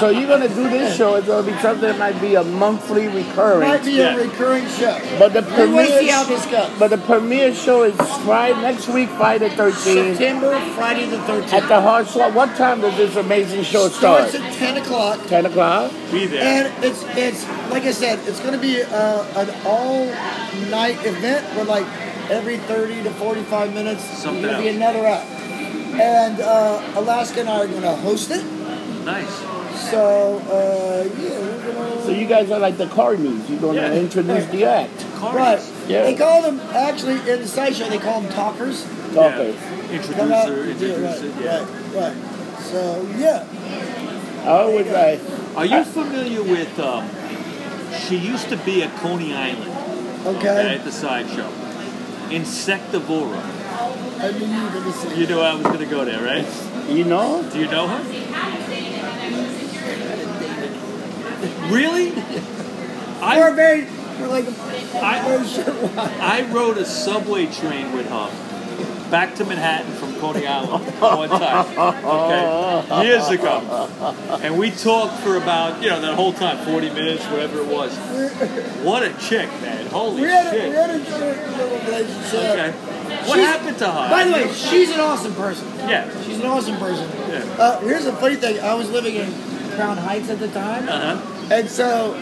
B: So, so you're gonna do this show? It's gonna be something that might be a monthly
C: Might
B: recurring.
C: be
A: Yeah.
C: a recurring show.
B: But the
C: We want to see how
B: premiere,
C: this goes.
B: but the premiere show is Friday next week, Friday the 13th
C: September, Friday the
B: at
C: 13th.
B: the Hard Slot. What time does this amazing show
C: Starts
B: start?
C: at 10 o'clock.
B: 10 o'clock.
A: Be there.
C: And it's it's like I said, it's going to be uh, an all night event with like every thirty to forty five minutes.
A: Something
C: there'll be
A: else.
C: another act. And uh, Alaska and I are going to host it.
A: Nice.
C: So uh, yeah, we're going
B: So you guys are like the Cardinals. You're gonna
A: Yeah.
B: introduce the act.
C: Right.
A: Cards.
B: Yeah.
C: They call them actually in the side show. They call them talkers.
B: Okay.
A: Yeah.
C: Come out,
A: Introducer,
C: yeah, right,
A: introducer. Yeah.
C: right, right. So yeah,
B: I always like.
A: Are you familiar with? Um, she used to be at Coney Island okay,
C: okay.
A: at the sideshow. Insectivora.
C: I knew you were going to say.
A: You know I was gonna go there, right?
B: You know?
A: Do you know her? Really?
C: We're
A: I,
C: very, we're like,
A: I *laughs*
C: very sure.
A: I rode a subway train with her back to Manhattan from Coney Island *laughs* one time. Okay, years ago, and we talked for about you know that whole time, forty minutes, whatever it was. What a chick, man! Holy
C: We had a, we
A: shit.
C: had a good little relationship.
A: Okay, what
C: She's-
A: happened to her?
C: By the way, she's an awesome person.
A: yeah,
C: She's an awesome person.
A: Yeah.
C: Uh, here's a funny thing. I was living in Crown Heights at the time,
A: uh huh,
C: and so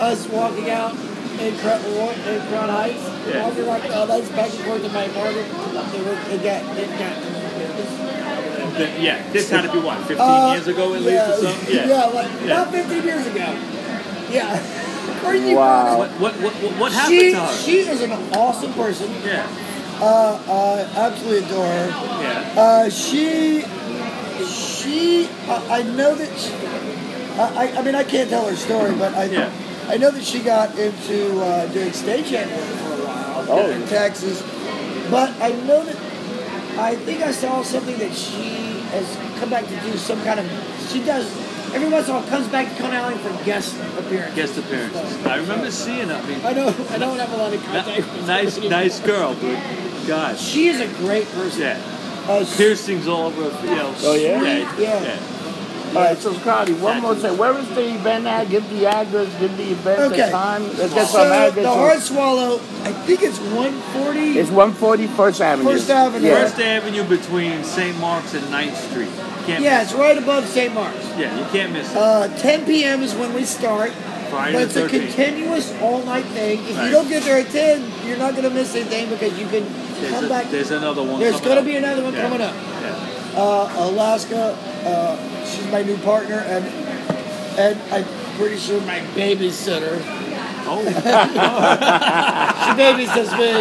C: us walking out in, Crown, in Crown Heights,
A: Yeah.
C: walking like Crown Heights back and forth to my apartment, it, was, it got it got.
A: yeah. This had to be what, fifteen
C: Uh,
A: years ago Oh, at
C: yeah,
A: least or something.
C: Yeah, like
A: Yeah.
C: about 15 years ago. Yeah. *laughs* Of course you
B: Wow.
A: What what what, what what
C: brought it.
A: happened
C: She,
A: to her?
C: she is an awesome person.
A: yeah,
C: Uh, I absolutely adore her.
A: yeah.
C: Uh, she, she, I, I know that. She, I, I- I mean, I can't tell her story, but I,
A: Yeah.
C: I know that she got into uh, doing stagehand work for a while
B: Oh.
C: in Texas. But I know that. I think I saw something that she has come back to do some kind of. She does every once in a while comes back to Coney Island for guest appearances.
A: Guest appearances. I remember seeing her. I mean,
C: I know. I don't have a lot of contact.
A: Ni- *laughs* nice, nice girl, dude. God,
C: She is a great person.
A: yeah.
C: Uh,
A: Piercings all over. You know,
B: Oh, yeah?
A: yeah,
C: Yeah.
B: All right, so Scotty, one more thing. Where is the event at? Give the address, give the event, the
C: Okay.
B: time. Let's get some
C: So
B: address.
C: the hard swallow, I think it's 140.
B: It's 140 First Avenue.
C: First Avenue.
B: Yeah.
A: First Avenue between St. Mark's and 9th Street. Can't
C: yeah, it's right above St. Mark's.
A: miss. yeah, you can't miss it.
C: Uh, 10 p.m. is when we start, but
A: Friday
C: it's
A: the
C: a
A: 13th.
C: continuous all-night thing. If
A: Right.
C: you don't get there at 10, you're not going to miss anything because you can
A: There's,
C: come
A: a-
C: back.
A: there's another one.
C: There's
A: coming
C: gonna
A: up.
C: be another one
A: Yeah.
C: coming up.
A: Yeah.
C: Uh, Alaska, uh, she's my new partner, and and I'm pretty sure my babysitter.
A: Oh,
C: *laughs* She babysits me.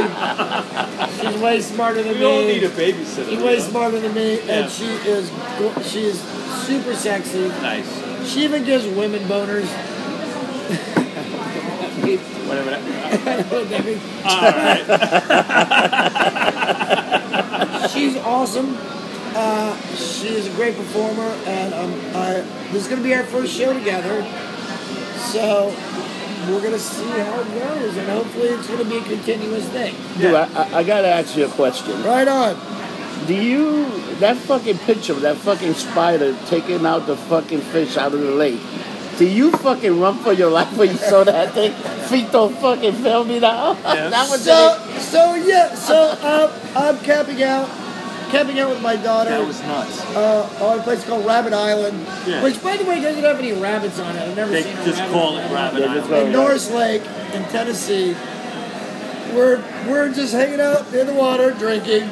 C: She's way smarter than
A: we
C: me.
A: all need a babysitter.
C: She's way
A: you know?
C: smarter than me,
A: Yeah.
C: and she is go- she is super sexy.
A: Nice.
C: She even gives women boners.
A: Whatever. that-
C: She's
A: All right.
C: awesome. Uh, she is a great performer, and um, I, this is going to be our first show together. So we're going to see how it goes, and hopefully it's going to be a continuous thing.
B: Dude, I, I, I gotta ask you a question.
C: Right on.
B: Do you that fucking picture of that fucking spider taking out the fucking fish out of the lake? Do you fucking run for your *laughs* life when you saw that thing? Feet don't fucking fail me *laughs* now.
A: Yeah.
B: that was
C: So so yeah. So um, I'm camping out, camping out with my daughter.
A: That was nuts.
C: uh, on a place called Rabbit Island,
A: Yeah.
C: which, by the way, doesn't have any rabbits on it. I've never
A: They
C: seen a
A: just
C: rabbit
A: call
C: on
A: it
C: it.
A: Rabbit
B: Yeah,
A: Island.
B: just call
C: In
B: it-
C: Norris Lake in Tennessee, we're we're just hanging out in the water, drinking,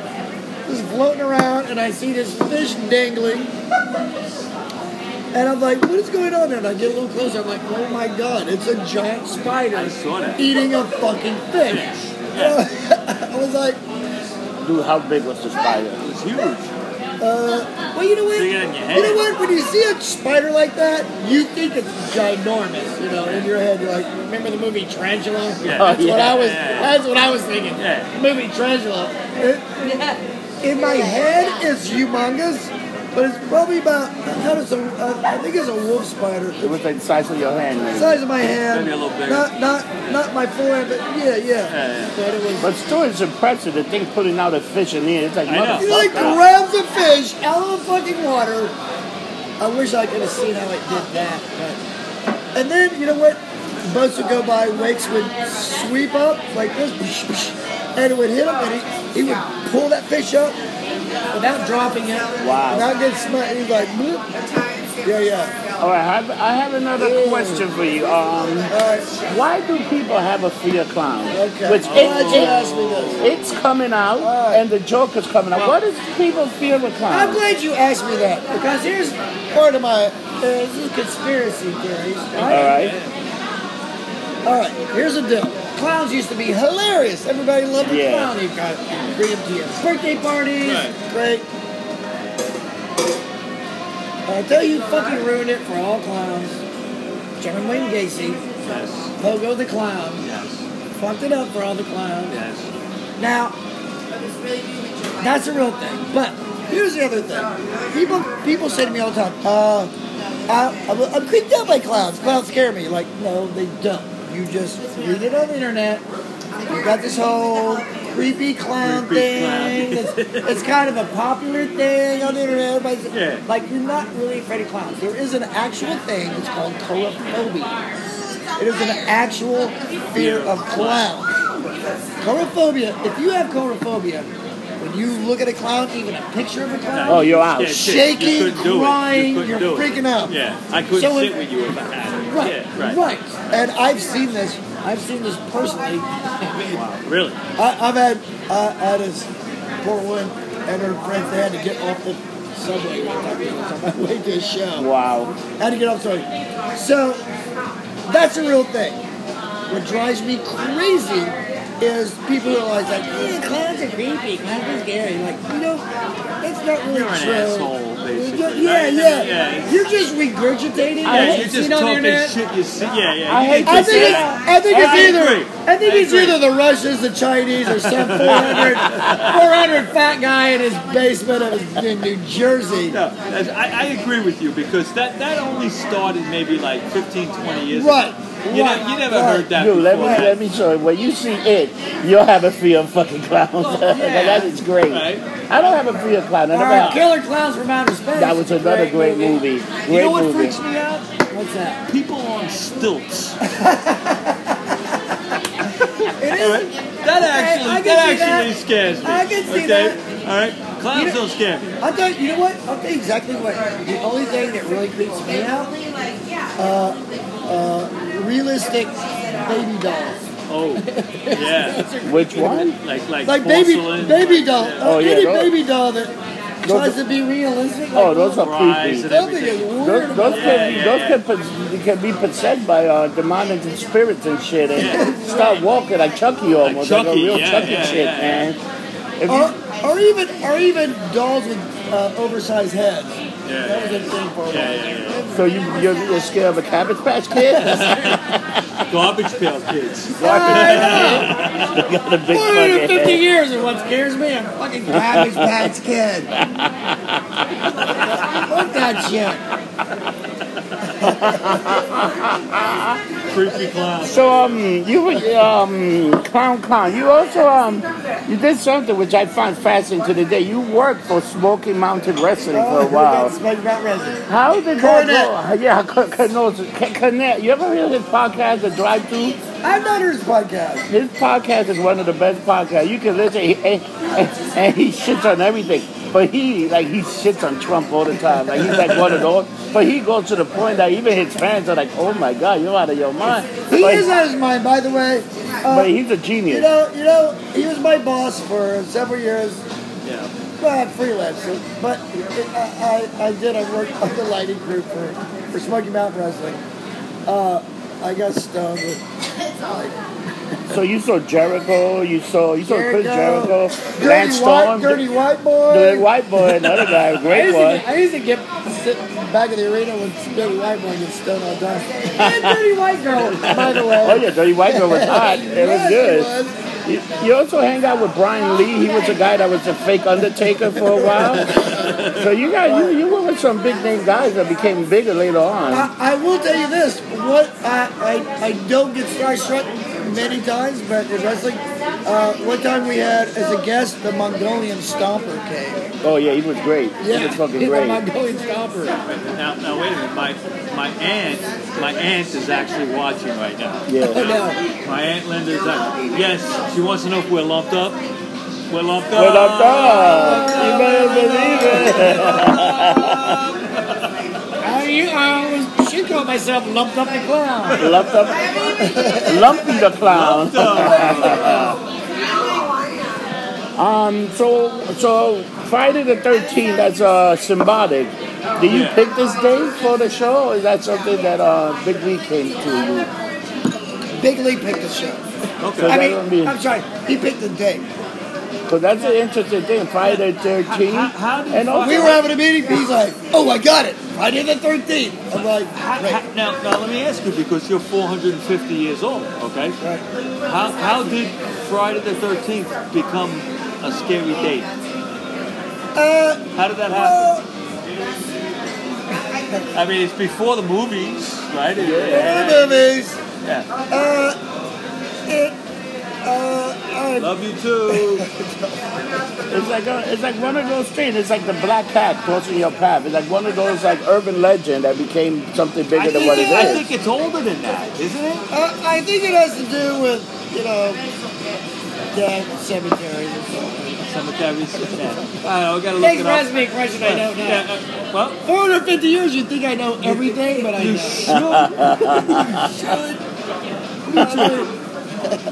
C: just floating around, and I see this fish dangling. And I'm like, what is going on there? And I get a little closer. I'm like, oh my god, it's a giant spider
A: I saw that.
C: *laughs* eating a fucking fish. I was like,
B: do how big was the spider?
A: It's huge.
C: Well, you know what?
A: Bigger than your head.
C: You know what? When you see a spider like that, you think it's ginormous. You know, in your head, you're like,
D: Remember the movie Tarantula?
A: Yeah.
D: That's what I was.
A: Yeah.
D: That's what I was thinking.
A: Yeah.
D: The movie Tarantula.
C: *laughs* in my head, it's humongous, but it's probably about. I thought it's a, uh, I think it's a wolf spider.
B: It was like the size of your hand, maybe.
C: Size of my hand.
A: Maybe a little bigger.
C: Not, not, not my forearm, but yeah, yeah.
A: Yeah,
D: But it was.
B: But still, it's impressive. The thing putting out a fish in here, it's like
A: I know.
B: motherfucker.
C: He like grabs a fish out of the fucking water. I wish I could have seen how it did that. But. And then you know what? Boats would go by, wakes would sweep up like this, *laughs* and it would hit him, and he, he would pull that fish up without dropping it.
B: Wow.
C: Without getting smacked. He's like, "Bloop." yeah, yeah.
B: All right, I have, I have another question for you. Um,
C: All right.
B: why do people have a fear clown?
C: Okay.
B: Which
C: I'm glad you asked
B: it,
C: me this.
B: it, it's coming out,
C: All right.
B: and the Joker's coming out. What is people's fear of
C: I'm
B: clown?
C: glad you asked me that because here's part of my uh, this is conspiracy theories.
B: All right.
C: All right, here's the deal. Clowns used to be hilarious. Everybody loved a
B: Yeah.
C: clown. You got bring them to your birthday parties.
A: Right.
C: Great. Until you fucking ruined it for all clowns. John Wayne Gacy,
A: yeah. Yes.
C: Pogo the clown,
A: Yes.
C: fucked it up for all the clowns.
A: Yes.
C: Now, that's a real thing. But here's the other thing. People people say to me all the time, uh, I, I'm, I'm creeped out by clowns. Clowns scare me. Like, no, they don't. You just read it on the internet. You got this whole creepy clown
A: Creepy clown.
C: thing. It's, it's kind of a popular thing on the internet. Everybody's,
A: Yeah.
C: Like, you're not really afraid of clowns. There is an actual thing. It's called coraphobia. It is an actual fear of clowns. Chorophobia, if you have chorophobia, when you look at a clown, even a picture of a clown,
B: Oh, you're out.
A: Yeah, shit, you
C: Shaking,
A: couldn't do it. You
C: crying,
A: couldn't
C: you're
A: do it.
C: freaking out.
A: Yeah, I couldn't
C: So
A: sit
C: if-
A: with you if I had it.
C: right,
A: yeah,
C: right,
A: right.
C: And I've seen this. I've seen this personally.
A: Really?
C: I, I've had I had this poor woman and her friends. They had to get off the subway one time because on my way to a show.
B: Wow.
C: Had to get off subway. So that's a real thing. What drives me crazy is people who are always like, yeah, clowns are creepy, clowns are scary. Like, you know, that's not really
A: You're an
C: true.
A: asshole, basically,
C: Yeah,
A: right?
C: yeah,
A: Yeah,
C: yeah.
A: yeah.
C: You're just regurgitating
A: Yeah,
C: what
A: you're just
C: you've seen on the
A: talking
C: internet.
A: shit you see. Yeah, yeah.
B: I
A: you
B: hate
C: I
B: to
A: just
B: say
C: think
A: said
C: it's,
B: that.
C: I think
A: I
C: it's
A: agree.
C: either I think
A: I
C: it's
A: agree.
C: either the Russians, the Chinese,
A: *laughs*
C: or some 400, 400 fat guy in his basement of his, in New
A: *laughs*
C: Jersey.
A: No, that's- I, I agree with you because that, that only started maybe like 15, 20 years
C: Right,
A: ago. You,
C: right,
A: ne- you never
C: right.
A: heard that
B: Dude,
A: before.
B: let me
A: that.
B: let me show you. When you see it, you'll have a fear of fucking clowns. *laughs*
A: yeah.
B: that is great.
A: Right.
B: I don't have a fear of clowns. I
C: Oh,
B: never
C: All right,
B: have.
C: Killer Clowns from Outer Space.
B: That was another great movie. Great
C: You know what
B: movie.
C: freaks me out? What's that?
A: People on
C: *laughs*
A: stilts.
C: It is.
A: That actually,
C: I can
A: that
C: see
A: actually
C: that.
A: scares me.
C: I can see
A: okay?
C: that.
A: All right, clowns
C: You know-
A: don't scare me.
C: I thought you know what? I'll tell you exactly what. The only thing that really creeps me out, uh, uh, realistic baby dolls. *laughs*
A: Oh, yeah,
B: Which one?
A: like like,
C: Like baby,
A: porcelain,
C: baby
A: like,
C: doll.
A: yeah.
B: Oh,
C: uh,
B: yeah,
C: any
B: those-
C: baby doll that tries to be realistic. Like,
B: Oh, those are
A: Fries
B: creepy.
A: and
C: Something is
A: everything.
C: weird.
B: Those, those
C: about
B: can
A: Yeah, yeah,
B: those
A: yeah.
B: can pos- can be possessed by uh, demonic and spirits and shit and start walking like Chucky almost like,
A: Chucky,
B: a real
A: yeah,
B: Chucky
A: yeah,
B: shit,
A: yeah.
B: man. If you,
C: that. Or, or even, or even dolls with uh, oversized heads.
A: Yeah.
C: That was a thing for a while.
A: Yeah, yeah,
B: so you you're, you're scared of a cabbage patch
A: *laughs*
B: kid? *laughs*
A: yeah. Garbage pail kids.
B: got a big fucking
C: 450
B: head.
C: years is what scares me. I'm fucking Cabbage Patch Kid. Fuck that shit.
A: Creepy clowns.
B: So um, you were um clown clown. You also um, you did something which I find fascinating to the day. You worked for Smoky Mountain Wrestling
C: Oh,
B: for a while.
C: That's like about resin.
B: How did that go? *laughs*
C: Cornet.
B: Yeah, co- co- connect. You ever heard his podcast, The Drive Thru?
C: I've not heard his podcast.
B: His podcast is one of the best podcasts. You can listen, he- and, and, and he shits on everything. But he, like, he shits on Trump all the time. Like, he's like one of those. But he goes to the point that even his fans are like, oh my God, you're out of your mind.
C: He
B: but,
C: is out of his mind, by the way.
B: but
C: Uh,
B: he's a genius.
C: you know, you know, he was my boss for several years.
A: Yeah.
C: Well, I'm freelancer, but uh, I, I, I did. I worked on the lighting crew for, for Smoky Mountain Wrestling. Uh, I got stoned with
E: That's all.
B: So you saw Jericho, you saw you saw Chris
C: Jericho.
B: Jericho,
C: Dirty
B: Lance
C: white,
B: Storm,
C: dirty white
B: the
C: boy.
B: white boy, another guy,
D: I
B: great
D: used, to
B: one.
D: get, I used to get sit in the back of the arena when Billy White Boy gets stoned all
B: *laughs*
D: done.
C: and dirty white girl, by the
B: Oh
C: way.
B: yeah, Dirty White Girl was hot. It was good. You, you also hang out with Brian Lee. He was a guy that was a fake Undertaker for a while. So you got you you were with some big name guys that became bigger later on.
C: I, I will tell you this: what I I, I don't get starstruck many times, but in wrestling, uh, one time we had as a guest the Mongolian Stomper came.
B: Oh yeah, he was great. He was fucking
D: he's a
B: great.
D: Mongolian stomper.
A: Now, now wait a minute. My my aunt, my aunt is actually watching right now.
B: Yeah.
A: My aunt Linda's like, yes, she wants to know if we're lumped up. We're lumped up.
B: Well, I'm done. You better believe it.
D: I, you, I always, she called myself lumped up the clown.
B: Lumped
E: I
B: up,
E: haven't even eaten.
B: lumpy the clown. *laughs* Um, so so Friday the thirteenth. That's uh symbolic. Do you
A: Yeah.
B: pick this day for the show? Or is that something that uh Big Lee came to you?
C: Big Lee picked the show.
A: Okay.
C: I
B: that would be-
C: mean, I'm sorry, he picked the date.
B: So that's an interesting thing. Friday the thirteenth.
A: How- how do you
B: And also,
C: We were having a meeting. He's like, "Oh, I got it. Friday the 13th." I'm like,
A: How-
C: "Great."
A: how- now, now let me ask you because you're 450 years old. Okay.
C: Right.
A: How how did Friday the 13th become a scary date?
C: Uh,
A: How did that happen?
C: well,
A: I mean, it's before the movies, right?
C: the movies.
A: Yeah.
C: Uh, it, uh,
A: Love you too.
B: it's like a, it's like one of those things. It's like the black cat crossing your path. It's like one of those like urban legend that became something bigger
A: I
B: than
A: think,
B: what it
A: it- I
B: is.
A: think it's older than that, isn't it?
C: I, uh, I think it has to do with you know death, cemeteries, and so on.
A: Cemeteries. Yeah. I don't know. I gotta look
D: Thanks
A: it
D: for
A: up.
D: asking me a question I don't know.
A: Yeah, uh, well,
D: 450 years, you think I know everything, but I
A: you
D: know.
A: should. you should. You should.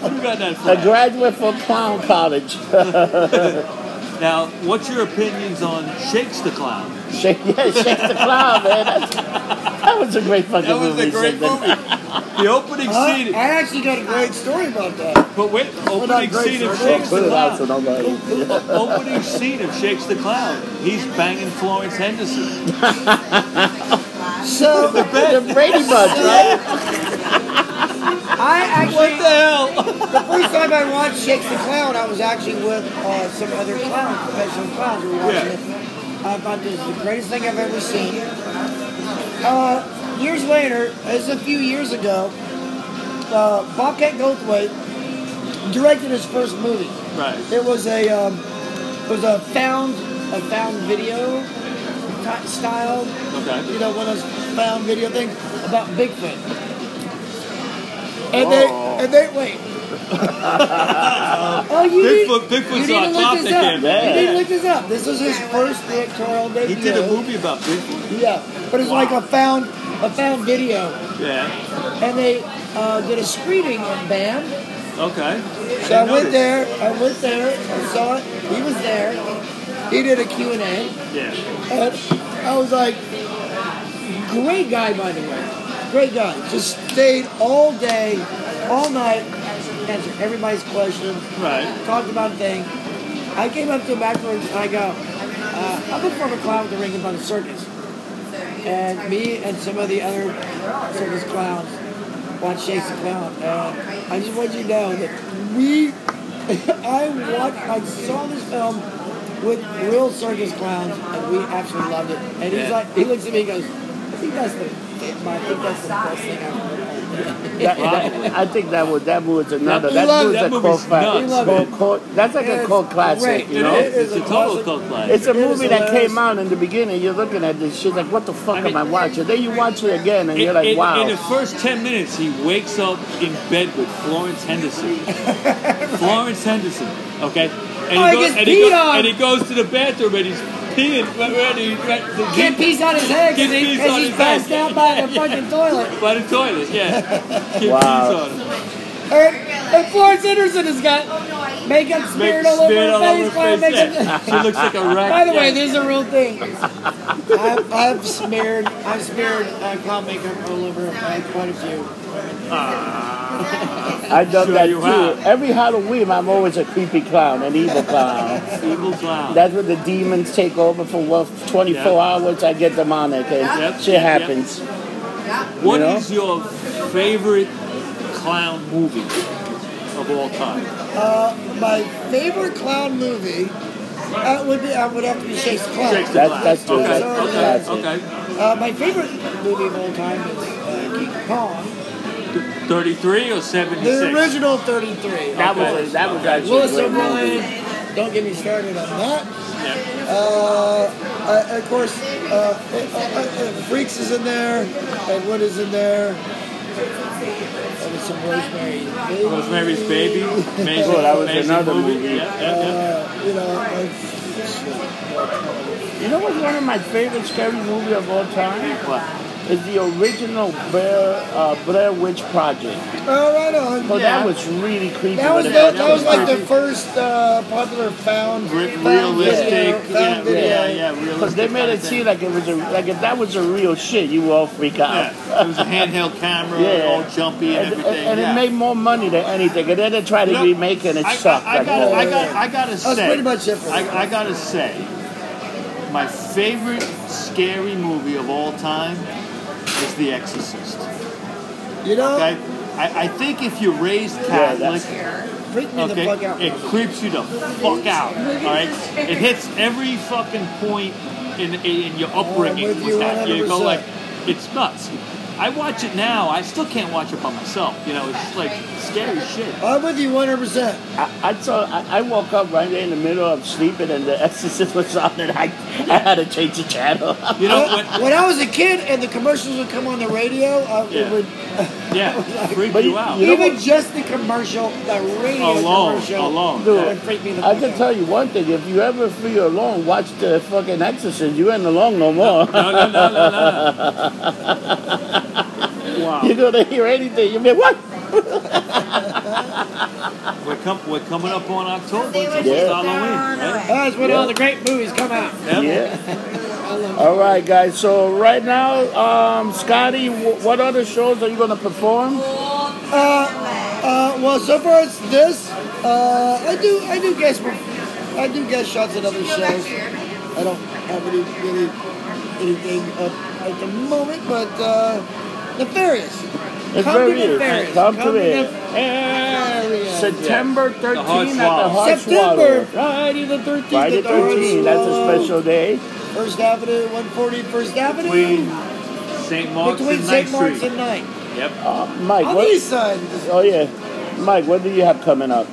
A: You got that
B: a
A: flag.
B: graduate from clown college.
A: Now, what's your opinions on Shakes the Clown?
B: Shake, yeah, shake the clown, man. That's, that was a great fucking
A: That was
B: movie.
A: a great
B: Sylvan.
A: movie. The opening
C: I,
A: scene,
C: I actually got a great story about that.
A: but wait, opening
C: great,
A: scene of
C: sir.
A: Shakes
B: Put
A: the
B: it out so
A: Clown.
B: nobody.
A: Opening scene of Shakes the Clown. He's banging Florence Henderson.
C: So
A: The bed.
B: The Brady
A: *laughs*
B: Bunch, right?
C: I
A: What the
C: actually,
A: hell?
C: the first time I watched Shakes the Clown, I was actually with uh, some other clowns, professional clowns. We were watching
A: Yeah.
C: it. I thought this is the greatest thing I've ever seen. Uh, years later, as a few years ago, uh, Bobcat Goldthwait directed his first movie.
A: *laughs* Right.
C: It was a um, it was a found a found video ty- style,
A: Okay.
C: you know, one of those found video things about Bigfoot. And they and they
A: *laughs*
C: wait. oh, you need-
A: Bigfoot,
C: you
A: Bigfoot's
C: need to
A: on
C: look
A: topic
C: this up.
A: there.
B: man.
C: You need to look this up. This was his first directorial
A: He
C: debut.
A: did a movie about Bigfoot.
C: Yeah, but it's like a found a found video,
A: Yeah.
C: and they uh, did a screening in BAM.
A: Okay.
C: So I
A: didn't
C: went
A: notice.
C: there, I went there, I saw it, he was there, he did a Q&A,
A: Yeah.
C: and I was like, great guy by the way, great guy, just stayed all day, all night, answered everybody's questions,
A: Right.
C: talked about things. I came up to him afterwards and I go, uh, I'm a former clown with the Ring of Honor Circus. And me and some of the other circus clowns watch Shakes the Clown. And I just want you to know that we, *laughs* I watched, I saw this film with real circus clowns and we absolutely loved it. And he's
A: Yeah.
C: like, he looks at me and goes, I think that's the, I think that's the best thing I've ever heard.
B: That, that, I think that was that was another.
A: That-
B: That,
A: love-
B: was
A: that
B: a
A: movie's
B: cult classic.
A: nuts, man.
B: Cult, cult- that's like a
C: It's
B: cult classic,
C: great.
B: you
A: It
B: know.
A: is.
C: It
A: It's
C: is a
A: a total
C: classic.
A: cult classic.
B: It's a
C: It is
B: movie that
C: hilarious.
B: came out in the beginning. You're looking at this shit like, what the fuck
A: mean-
B: am I watching? Then you watch it again and
A: In,
B: you're like,
A: in- in the
B: wow.
A: first 10 minutes, he wakes up in bed with Florence
C: *laughs*
A: Henderson. Florence Henderson, okay? And he,
C: Oh, he
A: goes,
C: gets
A: and, he
C: peed
A: go-
C: on.
A: and he goes to the bathroom and he's peeing. Right, right, he- right, the-
C: Can't piece on his head
A: Can't piece
C: because
A: on
C: he's
A: his
C: passed
A: head.
C: out by
A: *laughs*
C: the
A: Yeah.
C: fucking toilet.
A: by the toilet,
C: *laughs*
A: yeah. Kid
B: Wow.
A: pees on him.
C: And, and Florence Henderson has got makeup
A: Make-
C: smeared all over
A: smeared
C: her
A: all
C: face.
A: over
C: Clown
A: her
C: makes
A: face, *laughs*
C: her-
A: yeah. She looks
C: *laughs*
A: like a rat.
C: By the way,
A: yeah.
C: this is a real thing. I've, I've smeared, I've smeared uh, clown makeup all over uh, quite a few.
A: Ah,
B: I've done
A: Sure
B: that
A: you
B: too.
A: have.
B: Every Halloween, I'm always a creepy clown, an evil clown.
A: Evil clown.
B: That's when the demons take over for well, 24
A: Yeah.
B: hours. I get demonic, and
A: Yep,
B: shit
A: yep.
B: happens.
E: Yeah.
A: What
B: You know?
A: is your favorite clown movie of all time?
C: Uh, my favorite clown movie uh, would be I would have to be Chase the Clown.
A: Shakespeare.
B: That- that's true,
A: okay,
B: that's-
A: okay,
B: that's it.
A: okay.
C: Uh, my favorite movie of all time is uh, King Kong.
A: 33 or
C: The
A: 76?
C: original 33.
B: That
A: Okay.
B: was a, that was actually
C: Willis
B: a great movie.
C: O'Brien. Don't get me started on that.
A: Yeah.
C: Uh, uh, of course, uh, uh, uh, uh, Freaks is in there. And what is in there? That was some Rosemary. Baby.
A: Rosemary's Baby. Amazing,
B: Oh, that was
A: amazing
B: another movie.
A: Yeah, yeah, yeah.
C: Uh, you know, I,
B: You know what's one of my favorite scary movies of all time?
A: What?
B: Is the original Blair, uh, Blair Witch Project.
C: oh, right on.
B: Oh,
A: Yeah.
B: that was really creepy.
C: That was,
B: when
C: the,
B: it
C: that,
B: first
C: was like
B: came
C: the first uh, popular found,
A: Re-
C: found
A: realistic.
C: video,
A: Yeah,
C: found
A: yeah,
C: video.
A: yeah, yeah, realistic.
B: Because they made
A: kind
B: it
A: of thing.
B: seem like it was a, like if that was a real shit, you would all freak out.
A: Yeah, it was a handheld camera,
B: Yeah.
A: all jumpy and,
B: And, and,
A: everything.
B: and
A: yeah.
B: it made more money than anything. And then they tried to
A: You know,
B: remake it and it
C: *laughs*
A: I,
B: sucked.
A: I, I
B: like oh.
A: gotta, I
B: hell.
A: gotta, I gotta
C: That's
A: say,
C: pretty much it for me.
A: I, I gotta say, my favorite scary movie of all time is The Exorcist.
C: You know,
A: Okay, I, I think if you're raised
B: Yeah,
A: Catholic,
B: that's-
C: freak me the
A: okay,
C: fuck out.
A: it creeps you the fuck out. All right, it hits every fucking point in in your upbringing
C: Oh, I'm with you
A: that. You go
C: 100%.
A: like, it's nuts. I watch it now. I still can't watch it by myself. You know, it's just like scary shit.
C: I'm with you 100%.
B: I, I saw. I, I woke up right there in the middle of sleeping, and the *laughs* Exorcist was on, and I, I had to change the channel. *laughs*
A: You
C: *laughs*
A: know what?
C: Uh, when I was a kid and the commercials would come on the radio, uh,
A: Yeah.
C: it would, *laughs*
A: Yeah, freaked
B: But
A: you,
B: you-
A: out.
B: you know
C: even
B: what-
C: just the commercial, the radio
A: alone,
C: commercial
A: alone.
B: Dude,
C: would freak me the
B: I
C: fuck
B: can
C: out.
B: tell you one thing: if you ever feel alone, watch the fucking Exorcist. You ain't alone no
A: *laughs*
B: more. *laughs*
A: No, no, no, no, no. wow.
B: You're gonna hear anything. You mean what?
A: We're, com- we're coming up on October.
E: They
A: It's
E: would
B: Yeah.
A: Halloween. Right?
C: That's when all the great movies come out.
A: Yeah.
B: Yeah. All right, guys. So right now, um, Scotty, wh- what other shows are you gonna perform?
C: Uh, well, so far it's this. Uh, I do, I do guest, I do guest shots at other shows. I don't have any, really anything up at the moment, but uh, Nefarious.
B: It's
C: Come to
B: very easy.
C: Nefarious.
B: Come to it.
C: Nefarious.
B: September 13th
A: The Hard
B: at the
A: Swallow.
B: Hard Swallow.
C: September, Friday the 13th.
B: Friday
C: the Hard
B: 13th. That's a
C: Swallow.
B: special day.
C: First Avenue, 140 First Avenue.
A: Between St. Mark's
C: Between
A: and
C: St.
A: Ninth
C: Mark's
A: Street.
C: and Night.
A: Yep.
B: Uh, Mike,
C: On
B: what?
C: the east side.
B: Oh yeah, Mike, what do you have coming up?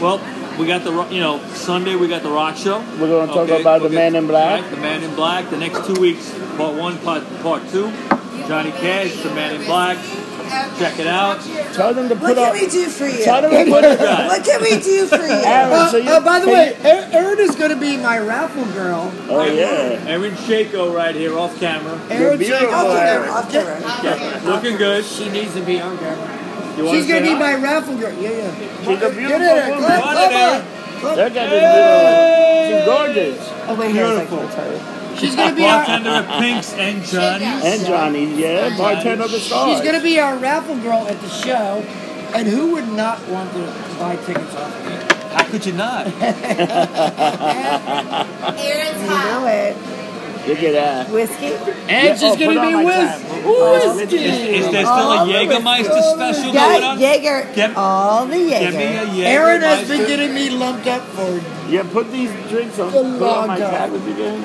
A: Well, we got the ro- you know Sunday we got the rock show.
B: We're gonna talk about the Man in Black.
A: Right, the Man in Black. The next two weeks, part one, part part two. Johnny Cash, the Man in Black. Check it out.
B: Tell them to
E: What
B: put
E: can
B: up.
E: we do for you?
B: Tell them to
C: *laughs*
B: put it up.
E: What can we do for you?
B: Aaron,
C: Uh,
B: so you,
C: uh, by the
B: can
C: way, Erin Erin is going to be my raffle girl.
B: you- oh yeah.
A: Erin Shako right here off camera.
C: Erin
B: beautiful,
C: Jacobs.
B: Erin.
E: Off the road.
A: Yeah, looking good.
C: She needs to be on camera.
A: You wanna
C: She's going
A: say
C: to be
A: hi?
C: my raffle girl. Yeah, yeah.
B: She's a
C: Get in
B: beautiful
C: there.
B: woman.
C: Come
A: Come on, Erin.
C: on, come
B: That
C: on.
B: got this little. She's gorgeous.
E: Oh, wait,
A: Beautiful.
C: She's going to be our.
A: Bartender at Pink's and Johnny's.
B: And Johnny, yeah, bartender of the stars.
C: She's going to be our raffle girl at the show. And who would not want to buy tickets off of her?
A: How could you not?
E: Aaron's You know hot. it.
B: Look at that.
E: Whiskey.
B: Yeah,
D: And
B: oh,
D: she's
B: put
D: gonna
B: on
D: be
B: my Oh,
D: with.
B: time.
A: Is there still a Jägermeister special going
E: Got
A: on?
E: Jaeger.
A: Get-
E: All the
A: Get me a
E: Jaeger.
A: Jägermeister.
C: Aaron has been getting me lumped up for
B: Yeah, put these drinks on.
C: Good
B: Put on my
C: Lord, God.
B: tab if you can.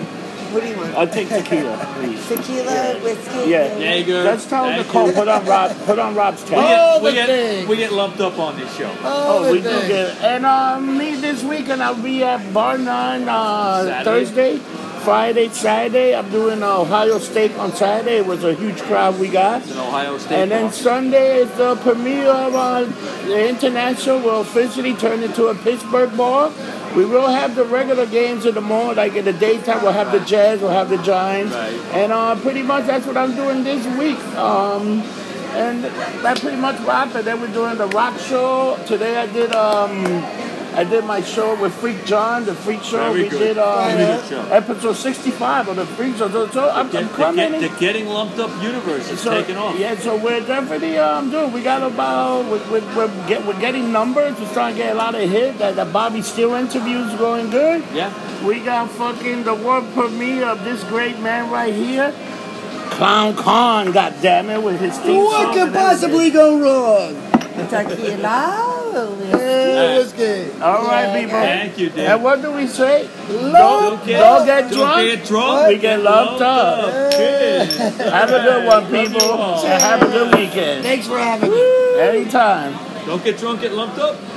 E: What do you want?
B: I'll take tequila, please.
E: Tequila, whiskey.
B: Yeah.
A: Jaeger.
B: Let's tell
A: Thank
B: Nicole put on Rob. Put on Rob's
A: We
D: Oh,
B: tab.
A: get,
C: All
A: we,
C: the
A: get,
C: things.
A: we get lumped up on this show.
C: all
B: Oh,
C: the
B: we do
C: things.
B: get And um, me this weekend, I'll be at Bar None uh,
A: Saturday.
B: Thursday, Friday, Saturday. I'm doing Ohio State on Saturday. It was a huge crowd we got.
A: It's an Ohio State.
B: And then
A: bar.
B: Sunday is the premiere of uh, the International will officially turn into a Pittsburgh ball. We will have the regular games in the morning, like in the daytime. We'll have the Jazz, we'll have the Giants,
A: Right.
B: and uh, pretty much that's what I'm doing this week. Um, and that pretty much wraps it. Then we're doing the rock show today. I did um, I did my show with Freak John, the Freak Show.
A: Very
B: we
A: good.
B: did um,
A: Very good show.
B: episode 65 of the Freak Show. So, so I'm,
A: Get-
B: I'm
A: the,
B: coming.
A: get- the getting lumped up universe is
B: so,
A: taking off.
B: Yeah, so we're definitely, um, dude, we got about, we're, we're, we're, get, we're getting numbers. We're starting to get a lot of hits. That the Bobby Steele interview's going good.
A: Yeah.
B: We got fucking the world premiere of this great man right here. Clown Khan, goddammit, with his theme
C: What
B: song
C: could
B: and everything.
C: possibly go wrong?
E: Kentucky and all.
C: Eh, Whiskey.
B: All right, people.
A: Thank you, dude.
B: And what do we say? don't
C: Love.
B: get drunk.
A: Don't get drunk.
B: We get lumped up.
A: Cheers.
B: Have a good one, people.
A: all.
B: And have a good weekend.
C: Thanks for having me.
B: Anytime.
A: Don't get drunk, get lumped up.